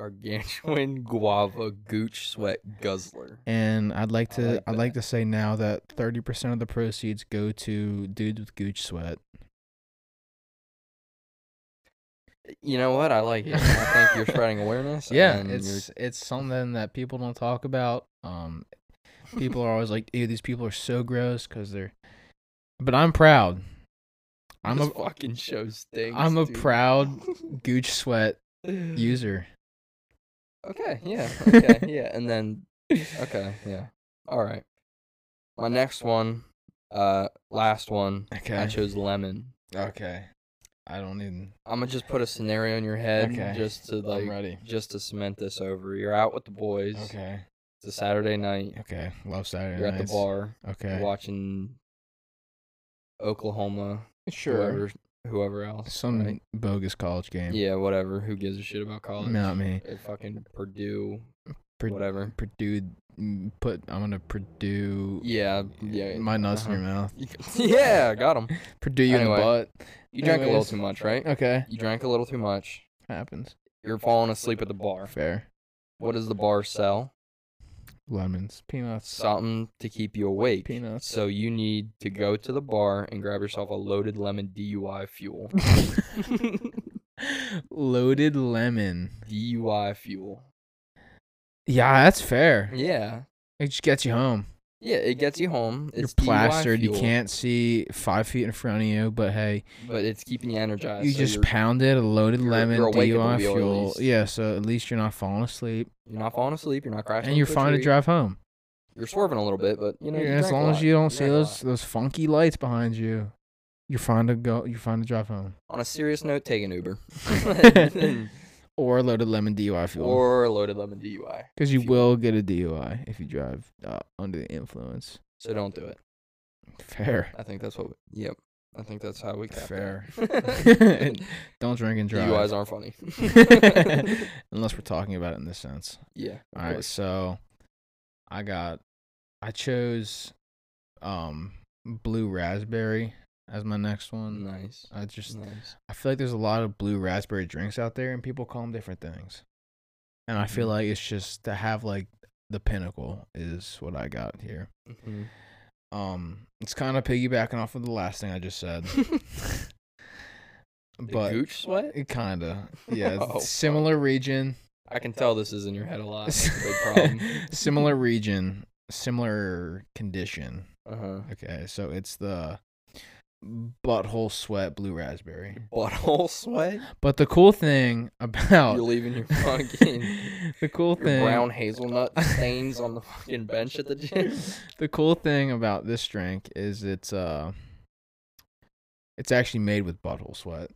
Speaker 1: Gargantuan guava gooch sweat guzzler.
Speaker 3: And I'd like
Speaker 1: I
Speaker 3: to
Speaker 1: like
Speaker 3: I'd like to say now that 30% of the proceeds go to dudes with gooch sweat.
Speaker 1: Eh, You know what? I like it. I think you're spreading awareness.
Speaker 3: Yeah,
Speaker 1: and
Speaker 3: it's it's something that people don't talk about. Um, people are always like, "Ew, these people are so gross" because they're. But I'm proud.
Speaker 1: you're,
Speaker 3: I'm
Speaker 1: this
Speaker 3: a
Speaker 1: fucking show stinks.
Speaker 3: I'm a
Speaker 1: dude.
Speaker 3: proud gooch sweat user.
Speaker 1: Okay. Yeah. Okay. Yeah. And then. Okay. Yeah. All right. My next one. Uh, last one. I
Speaker 3: Okay.
Speaker 1: chose lemon.
Speaker 3: Okay. I don't even.
Speaker 1: I'm gonna just put a scenario in your head
Speaker 3: Okay.
Speaker 1: just to
Speaker 3: I'm
Speaker 1: like
Speaker 3: ready.
Speaker 1: just to cement this over. You're out with the boys.
Speaker 3: Okay.
Speaker 1: It's a Saturday night.
Speaker 3: Okay. Love Saturday
Speaker 1: You're at the
Speaker 3: nights.
Speaker 1: bar. You're
Speaker 3: Okay.
Speaker 1: watching Oklahoma. Whoever, whoever else.
Speaker 3: Some
Speaker 1: right?
Speaker 3: bogus college game.
Speaker 1: Yeah. Whatever. Who gives a shit about college?
Speaker 3: Not me.
Speaker 1: It fucking Purdue.
Speaker 3: Pur-
Speaker 1: whatever.
Speaker 3: Purdue. mm, Put. I'm gonna Purdue.
Speaker 1: Yeah. Yeah.
Speaker 3: My nuts in
Speaker 1: uh-huh.
Speaker 3: your mouth.
Speaker 1: yeah. Got him.
Speaker 3: Purdue you in the
Speaker 1: Anyway.
Speaker 3: butt.
Speaker 1: You drank a little
Speaker 3: Anyways.
Speaker 1: too much, right?
Speaker 3: Okay.
Speaker 1: You drank a little too much.
Speaker 3: Happens.
Speaker 1: You're falling asleep at the bar.
Speaker 3: Fair.
Speaker 1: What does the bar sell?
Speaker 3: Lemons. Peanuts.
Speaker 1: Something to keep you awake.
Speaker 3: Peanuts.
Speaker 1: So you need to go to the bar and grab yourself a loaded lemon DUI fuel.
Speaker 3: Loaded lemon.
Speaker 1: DUI fuel.
Speaker 3: Yeah, that's fair.
Speaker 1: Yeah.
Speaker 3: It just gets you home.
Speaker 1: Yeah, it gets you home. It's
Speaker 3: You're
Speaker 1: DUI
Speaker 3: plastered. You
Speaker 1: fuel,
Speaker 3: can't see five feet in front of you, but hey,
Speaker 1: but it's keeping you energized.
Speaker 3: you
Speaker 1: so
Speaker 3: just
Speaker 1: you're,
Speaker 3: pounded a loaded
Speaker 1: you're-
Speaker 3: lemon
Speaker 1: you're awake at the
Speaker 3: DUI
Speaker 1: wheel at
Speaker 3: fuel.
Speaker 1: least.
Speaker 3: Yeah, so at least you're not falling asleep
Speaker 1: you're not falling asleep. You're not crashing.
Speaker 3: and you're
Speaker 1: into a
Speaker 3: fine to
Speaker 1: tree,
Speaker 3: drive home.
Speaker 1: You're swerving a little bit, but you know.
Speaker 3: Yeah,
Speaker 1: you
Speaker 3: as
Speaker 1: drank a
Speaker 3: long as
Speaker 1: lot,
Speaker 3: you don't see
Speaker 1: drank a lot.
Speaker 3: those those funky lights behind you, you're fine to go. You're fine to drive home
Speaker 1: On a serious note, take an Uber
Speaker 3: or a loaded lemon DUI fuel
Speaker 1: or a loaded lemon DUI.
Speaker 3: because you
Speaker 1: fuel.
Speaker 3: will get a DUI if you drive uh, under the influence.
Speaker 1: So don't do it.
Speaker 3: Fair.
Speaker 1: I think that's what. We, yep. I think that's how we cap
Speaker 3: Fair.
Speaker 1: That.
Speaker 3: Don't drink and
Speaker 1: DUIs
Speaker 3: drive
Speaker 1: aren't funny.
Speaker 3: unless we're talking about it in this sense.
Speaker 1: yeah. of
Speaker 3: All right,
Speaker 1: course.
Speaker 3: so I got I chose um blue raspberry as my next one.
Speaker 1: Nice.
Speaker 3: um, I just
Speaker 1: nice.
Speaker 3: I feel like there's a lot of blue raspberry drinks out there, and people call them different things. And I feel
Speaker 1: Mhm.
Speaker 3: like it's just to have like the pinnacle is what I got here.
Speaker 1: Mm-hmm.
Speaker 3: Um, it's kind of piggybacking off of the last thing I just said,
Speaker 1: but
Speaker 3: but
Speaker 1: gooch sweat.
Speaker 3: it kind of yeah,
Speaker 1: Oh, fuck.
Speaker 3: similar region,
Speaker 1: I can tell this is in your head a lot. That's a big problem.
Speaker 3: similar region, similar condition.
Speaker 1: Uh huh.
Speaker 3: Okay, so it's the butthole sweat blue raspberry.
Speaker 1: Butthole sweat.
Speaker 3: But the cool thing about
Speaker 1: You're leaving your fucking
Speaker 3: the cool
Speaker 1: your
Speaker 3: thing
Speaker 1: brown hazelnut stains on the fucking bench at the gym.
Speaker 3: the cool thing about this drink is it's uh it's actually made with butthole sweat.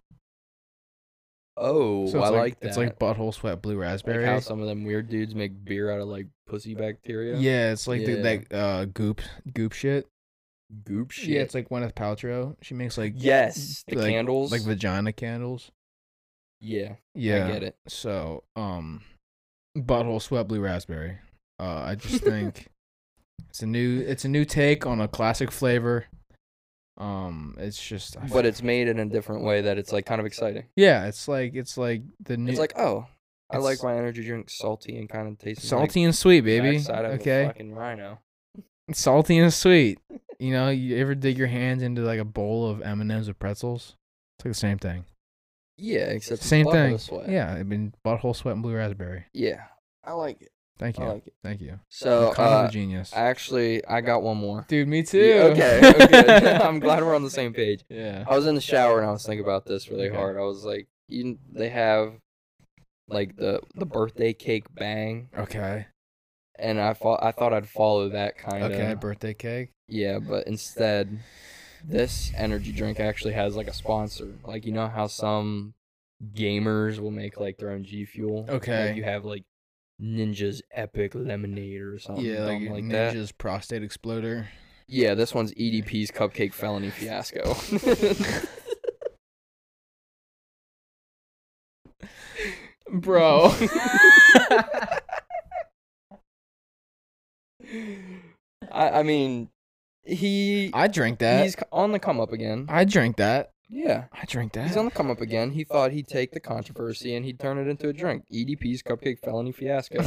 Speaker 1: Oh,
Speaker 3: So
Speaker 1: I
Speaker 3: it's
Speaker 1: like, that.
Speaker 3: it's like butthole sweat blue
Speaker 1: Like
Speaker 3: raspberry.
Speaker 1: how some of them weird dudes make beer out of like pussy bacteria.
Speaker 3: yeah, it's like the,
Speaker 1: Yeah.
Speaker 3: that uh goop goop shit.
Speaker 1: Goop shit.
Speaker 3: Yeah, it's like Gwyneth Paltrow. She makes like
Speaker 1: yes. The
Speaker 3: like-
Speaker 1: candles.
Speaker 3: like vagina candles.
Speaker 1: yeah,
Speaker 3: Yeah.
Speaker 1: I get it.
Speaker 3: So, um, butthole sweat blue raspberry. Uh, I just think it's a new it's a new take on a classic flavor. Um, it's just, I
Speaker 1: But
Speaker 3: f-
Speaker 1: it's made in a different way that it's like kind of exciting.
Speaker 3: yeah, it's like it's like the new
Speaker 1: It's like, oh, I
Speaker 3: It's-
Speaker 1: like my energy drink salty and kind of tastes
Speaker 3: salty and sweet,
Speaker 1: like
Speaker 3: baby.
Speaker 1: backside of a
Speaker 3: Okay,
Speaker 1: fucking rhino.
Speaker 3: salty and sweet. You know, you ever dig your hands into like a bowl of M and M's with pretzels? It's like the same thing.
Speaker 1: Yeah, except it's
Speaker 3: same
Speaker 1: butthole
Speaker 3: thing.
Speaker 1: Sweat.
Speaker 3: Yeah, I mean butthole sweat and blue raspberry.
Speaker 1: yeah, I like it.
Speaker 3: Thank you,
Speaker 1: I like it.
Speaker 3: thank you.
Speaker 1: So,
Speaker 3: I'm kind of
Speaker 1: uh,
Speaker 3: a genius,
Speaker 1: actually, I got one more.
Speaker 3: dude. Me too.
Speaker 1: Yeah, okay, okay. I'm glad we're on the same page.
Speaker 3: Yeah.
Speaker 1: I was in the shower and I was thinking about this really
Speaker 3: Okay.
Speaker 1: hard. I was like, you, they have like the the birthday cake bang,
Speaker 3: Okay.
Speaker 1: and I thought I thought I'd follow that kind of.
Speaker 3: Okay. Birthday cake.
Speaker 1: Yeah, but instead, this energy drink actually has like a sponsor. Like you know how some gamers will make like their own G Fuel.
Speaker 3: Okay.
Speaker 1: Like, you have like Ninja's Epic Lemonade or something.
Speaker 3: yeah, like,
Speaker 1: dumb like that.
Speaker 3: Ninja's prostate exploder.
Speaker 1: Yeah, this one's EDP's Cupcake Felony Fiasco.
Speaker 3: Bro.
Speaker 1: I, I mean, he
Speaker 3: I drank that.
Speaker 1: he's c- on the come up again.
Speaker 3: I drank that.
Speaker 1: Yeah,
Speaker 3: I drank that.
Speaker 1: he's on the come up again. He thought he'd take the controversy and he'd turn it into a drink. EDP's Cupcake Felony Fiasco.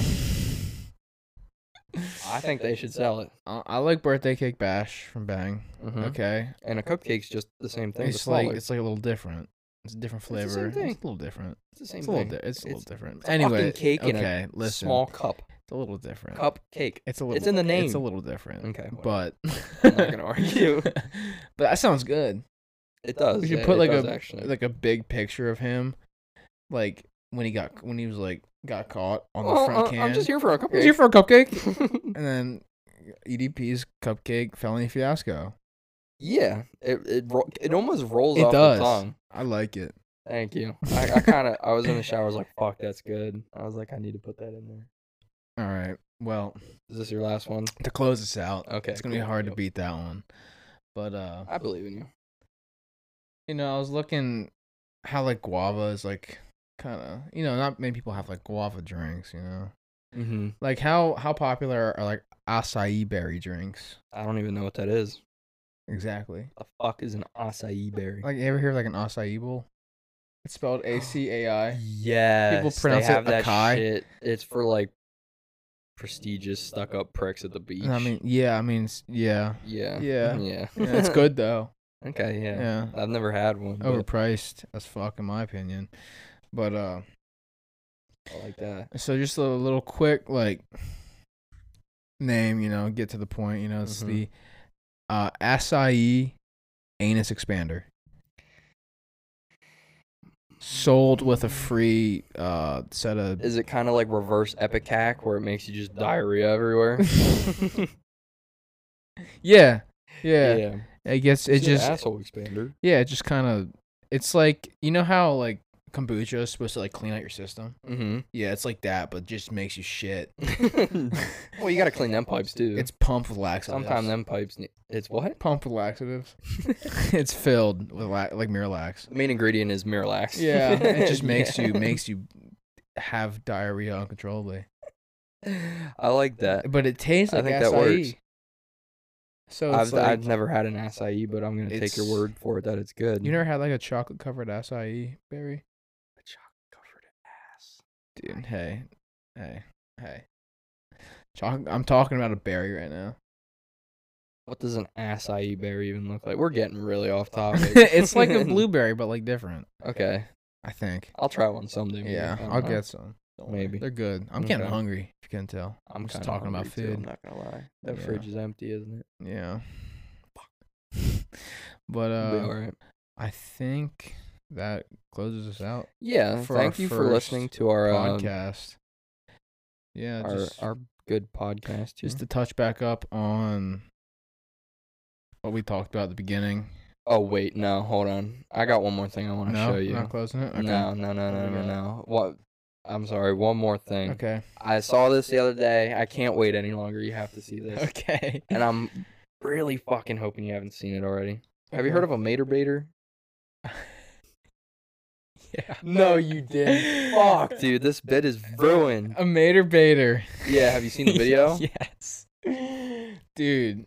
Speaker 1: I think they should sell it.
Speaker 3: I, I like birthday cake bash from Bang.
Speaker 1: Mhm.
Speaker 3: Okay.
Speaker 1: And a cupcake's just the same thing.
Speaker 3: It's
Speaker 1: but smaller.
Speaker 3: like it's like a little different. It's a different
Speaker 1: It's the same
Speaker 3: flavor.
Speaker 1: thing.
Speaker 3: a little different.
Speaker 1: It's the same
Speaker 3: It's a little
Speaker 1: thing.
Speaker 3: di- it's a little
Speaker 1: It's-
Speaker 3: different.
Speaker 1: a fucking
Speaker 3: anyway,
Speaker 1: cake in a
Speaker 3: okay, listen.
Speaker 1: Small cup.
Speaker 3: It's a little different.
Speaker 1: Cupcake.
Speaker 3: It's a little
Speaker 1: in the
Speaker 3: It's a
Speaker 1: name.
Speaker 3: little different.
Speaker 1: Okay, whatever.
Speaker 3: But
Speaker 1: I'm not gonna argue.
Speaker 3: but that sounds good.
Speaker 1: It does.
Speaker 3: We should
Speaker 1: yeah,
Speaker 3: put
Speaker 1: it
Speaker 3: like
Speaker 1: does
Speaker 3: a
Speaker 1: actually.
Speaker 3: like a big picture of him, like when he got when he was like got caught on the
Speaker 1: Well,
Speaker 3: front
Speaker 1: uh,
Speaker 3: can.
Speaker 1: I'm just here for a
Speaker 3: I was here
Speaker 1: cupcake.
Speaker 3: for a cupcake, and then EDP's cupcake felony fiasco.
Speaker 1: yeah, it it ro- it almost rolls
Speaker 3: It
Speaker 1: off
Speaker 3: does.
Speaker 1: the tongue.
Speaker 3: I like it.
Speaker 1: Thank you. I, I kind of I was in the shower. I was like, "Fuck, that's good." I was like, "I need to put that in there."
Speaker 3: All right. Well,
Speaker 1: Is this your last one?
Speaker 3: to close this out,
Speaker 1: Okay,
Speaker 3: it's gonna be
Speaker 1: cool,
Speaker 3: hard to
Speaker 1: cool.
Speaker 3: beat that one. But uh,
Speaker 1: I believe in you.
Speaker 3: you know, I was looking how like guava is like kind of you know not many people have like guava drinks. You know,
Speaker 1: Mm-hmm.
Speaker 3: like how how popular are like acai berry drinks?
Speaker 1: I don't even know what that is.
Speaker 3: Exactly.
Speaker 1: The fuck is an acai berry?
Speaker 3: Like you ever hear of, like an acai bowl? It's spelled A C A I.
Speaker 1: Yeah,
Speaker 3: pronounce it
Speaker 1: they have that
Speaker 3: acai.
Speaker 1: shit. It's for like prestigious stuck-up pricks at the beach.
Speaker 3: I mean, yeah, I mean, it's, yeah.
Speaker 1: yeah,
Speaker 3: yeah.
Speaker 1: yeah.
Speaker 3: yeah. It's good though.
Speaker 1: okay, yeah.
Speaker 3: Yeah. Oh.
Speaker 1: I've never had one. but
Speaker 3: Overpriced as fuck in my opinion. But uh
Speaker 1: I like that.
Speaker 3: so just a little quick like name, you know, get to the point, you know, it's
Speaker 1: Mhm.
Speaker 3: the uh acai anus expander. Sold with a free uh set of
Speaker 1: Is it kind of like reverse epicac where it makes you just diarrhea everywhere?
Speaker 3: yeah, yeah. I guess it
Speaker 1: It's an
Speaker 3: just
Speaker 1: asshole expander.
Speaker 3: yeah, it just kind of it's like you know how like kombucha is supposed to like clean out your system.
Speaker 1: Mm-hmm.
Speaker 3: Yeah, it's like that, but just makes you shit.
Speaker 1: well, you gotta clean them pipes too.
Speaker 3: It's pumped with laxatives.
Speaker 1: Sometimes them pipes. ne- It's what?
Speaker 3: pumped with laxatives. it's filled with la- like Miralax.
Speaker 1: The main ingredient is Miralax.
Speaker 3: Yeah, it just makes you
Speaker 1: Yeah.
Speaker 3: makes you have diarrhea uncontrollably.
Speaker 1: I like that.
Speaker 3: But it tastes
Speaker 1: I
Speaker 3: like
Speaker 1: think
Speaker 3: acai.
Speaker 1: that works.
Speaker 3: So it's
Speaker 1: I've,
Speaker 3: like,
Speaker 1: I've never had an acai, but I'm gonna take your
Speaker 3: It's-
Speaker 1: word for it that it's good.
Speaker 3: you never had like a chocolate covered acai berry,
Speaker 1: a chocolate covered ass.
Speaker 3: dude. Hey, hey, hey. Chocolate. I'm talking about a berry right now.
Speaker 1: What does an acai berry even look like? We're getting really off topic.
Speaker 3: it's like a blueberry, but like different.
Speaker 1: okay,
Speaker 3: I think.
Speaker 1: I'll try one someday. maybe.
Speaker 3: Yeah,
Speaker 1: I don't
Speaker 3: I'll
Speaker 1: know.
Speaker 3: get some. Don't worry.
Speaker 1: Maybe.
Speaker 3: they're good. I'm getting
Speaker 1: Okay.
Speaker 3: hungry. If you can tell.
Speaker 1: I'm
Speaker 3: just
Speaker 1: kinda
Speaker 3: talking about
Speaker 1: hungry, too,
Speaker 3: food.
Speaker 1: I'm not gonna lie. That
Speaker 3: Yeah.
Speaker 1: fridge is empty, isn't it?
Speaker 3: Yeah. But
Speaker 1: Be
Speaker 3: uh,
Speaker 1: alright.
Speaker 3: I think that closes us out.
Speaker 1: Yeah.
Speaker 3: for our
Speaker 1: thank you for listening to our uh,
Speaker 3: podcast. Yeah,
Speaker 1: our,
Speaker 3: just
Speaker 1: our good podcast. here.
Speaker 3: just to touch back up on what we talked about at the beginning.
Speaker 1: oh wait, no, hold on. I got one more thing I want to
Speaker 3: no,
Speaker 1: show you.
Speaker 3: not closing it. Okay.
Speaker 1: No, no, no,
Speaker 3: What
Speaker 1: no,
Speaker 3: do we
Speaker 1: no,
Speaker 3: got?
Speaker 1: no. What? I'm sorry. One more thing.
Speaker 3: Okay.
Speaker 1: I saw this the other day. I can't wait any longer. You have to see this.
Speaker 3: Okay.
Speaker 1: and I'm really fucking hoping you haven't seen it already. Have you heard of a mater baiter?
Speaker 3: Yeah.
Speaker 1: No, you Fuck, dude. This bit is ruined.
Speaker 3: A mater baiter.
Speaker 1: Yeah, have you seen the video?
Speaker 3: yes. Dude,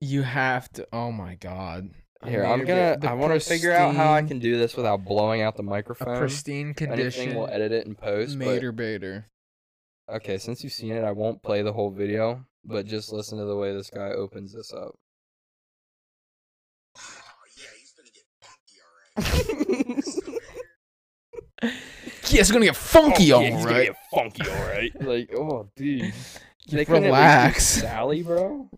Speaker 3: you have to. Oh my god. A
Speaker 1: Here, I'm
Speaker 3: mater
Speaker 1: gonna.
Speaker 3: bait- the
Speaker 1: I want to figure out how I
Speaker 3: pristine-
Speaker 1: can do this without blowing out the microphone.
Speaker 3: a pristine
Speaker 1: Anything,
Speaker 3: condition.
Speaker 1: we'll edit it in post. but-
Speaker 3: Mater baiter.
Speaker 1: okay, since you've seen it, I won't play the whole video, but just listen to the way this guy opens this up.
Speaker 3: Yeah, it's Oh, gonna get
Speaker 1: Oh,
Speaker 3: funky, all right.
Speaker 1: funky, all right. like, oh, dude. They couldn't at least do
Speaker 3: Relax,
Speaker 1: Sally, bro.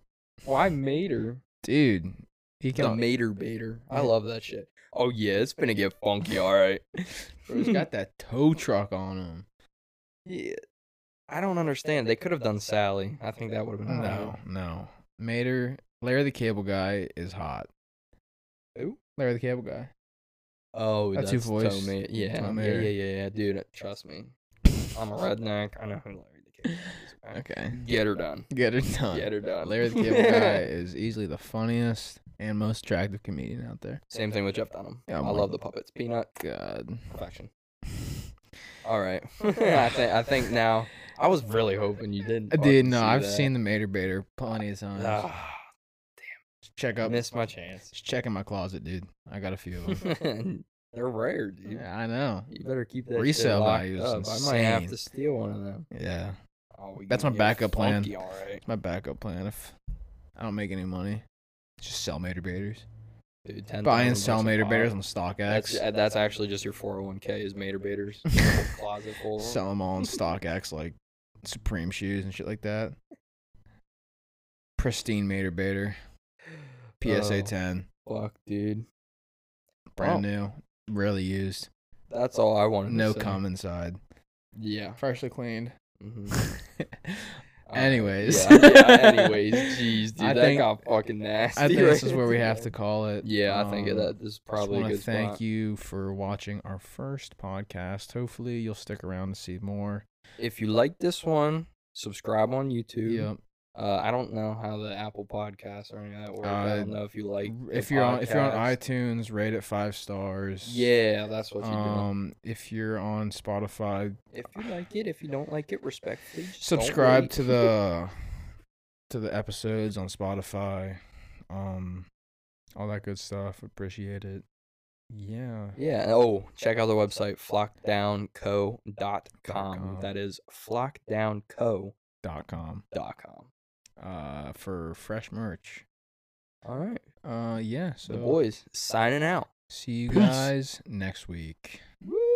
Speaker 1: Why Mater?
Speaker 3: dude. He
Speaker 1: The
Speaker 3: can.
Speaker 1: Mater Bater. I love that shit. Oh yeah, it's gonna get funky, all right.
Speaker 3: Bro, he's got that tow truck on him.
Speaker 1: Yeah. I don't understand. They could have done Sally. I think that would have been
Speaker 3: No, no. Mater, Larry the Cable Guy is hot.
Speaker 1: Who?
Speaker 3: Larry the Cable Guy.
Speaker 1: Oh,
Speaker 3: That's
Speaker 1: that's,
Speaker 3: who voiced
Speaker 1: Tommy. Yeah,
Speaker 3: Tom
Speaker 1: yeah,
Speaker 3: Mater.
Speaker 1: yeah, yeah, yeah, dude. Trust me. I'm a redneck. I know who Larry the Cable Guy is. all right?
Speaker 3: Okay,
Speaker 1: Get her done.
Speaker 3: get it done.
Speaker 1: Get her done.
Speaker 3: Larry the Cable Guy is easily the funniest and most attractive comedian out there.
Speaker 1: Same thing with Jeff Dunham.
Speaker 3: Yeah, I'm
Speaker 1: I
Speaker 3: like-
Speaker 1: love the puppets. Peanut
Speaker 3: God.
Speaker 1: perfection. All right. I think I think now. I was really hoping you didn't.
Speaker 3: Uh, Dude,
Speaker 1: fucking
Speaker 3: no,
Speaker 1: see
Speaker 3: I've
Speaker 1: that.
Speaker 3: seen the Mater Baiter plenty of times.
Speaker 1: Ah,
Speaker 3: Check up.
Speaker 1: missed my chance.
Speaker 3: Just check in my closet, dude. I got a few of them.
Speaker 1: They're rare, dude.
Speaker 3: yeah, I know.
Speaker 1: You better keep that
Speaker 3: Resale
Speaker 1: shit locked
Speaker 3: value is
Speaker 1: up. I might have
Speaker 3: insane.
Speaker 1: to steal one of them.
Speaker 3: Yeah.
Speaker 1: Oh, we
Speaker 3: That's
Speaker 1: gonna
Speaker 3: my
Speaker 1: get
Speaker 3: backup plan.
Speaker 1: funky, All right,
Speaker 3: My backup plan if I don't make any money, just sell Mater Baiters.
Speaker 1: dude. 10,000
Speaker 3: Buy and
Speaker 1: bucks
Speaker 3: sell
Speaker 1: a
Speaker 3: Mater
Speaker 1: pop.
Speaker 3: Baiters on StockX.
Speaker 1: That's uh, that's actually just your 401k is Mater Baiters. Closet full.
Speaker 3: sell them all on StockX like Supreme shoes and shit like that. Pristine Mater Baiter, PSA
Speaker 1: Oh,
Speaker 3: 10,
Speaker 1: Fuck, dude.
Speaker 3: brand new, rarely used,
Speaker 1: That's all I wanted.
Speaker 3: no
Speaker 1: to say.
Speaker 3: cum inside,
Speaker 1: Yeah.
Speaker 3: freshly cleaned. Mm-hmm.
Speaker 1: mhm. All right.
Speaker 3: Anyways,
Speaker 1: Yeah, yeah, anyways, jeez, dude,
Speaker 3: I
Speaker 1: that
Speaker 3: think-
Speaker 1: got fucking nasty.
Speaker 3: I think this is
Speaker 1: right
Speaker 3: where we
Speaker 1: there.
Speaker 3: have to call it.
Speaker 1: Yeah, I think
Speaker 3: Um,
Speaker 1: that this is probably
Speaker 3: just
Speaker 1: a
Speaker 3: want
Speaker 1: good
Speaker 3: to thank
Speaker 1: spot.
Speaker 3: you for watching our first podcast. Hopefully, you'll stick around to see more.
Speaker 1: If you like this one, subscribe on YouTube.
Speaker 3: Yep.
Speaker 1: Uh, I don't know how the Apple Podcasts or any of that works.
Speaker 3: Uh,
Speaker 1: I don't know if you like the
Speaker 3: if you're on if you're on
Speaker 1: podcast.
Speaker 3: iTunes, rate it five stars.
Speaker 1: Yeah, that's what you
Speaker 3: Um, if you're on Spotify,
Speaker 1: do. If you like it, if you don't like it, respectfully just don't
Speaker 3: subscribe
Speaker 1: rate.
Speaker 3: to the to the episodes on Spotify. Um, all that good stuff. Appreciate it. Yeah.
Speaker 1: Yeah. and- Oh, check out the website flockdownco.com.
Speaker 3: com.
Speaker 1: That is flockdownco.com.
Speaker 3: Dot com. Uh, for fresh merch.
Speaker 1: All right.
Speaker 3: Uh, yeah. So
Speaker 1: the boys signing out.
Speaker 3: see you
Speaker 1: Peace.
Speaker 3: guys next week.
Speaker 1: Woo!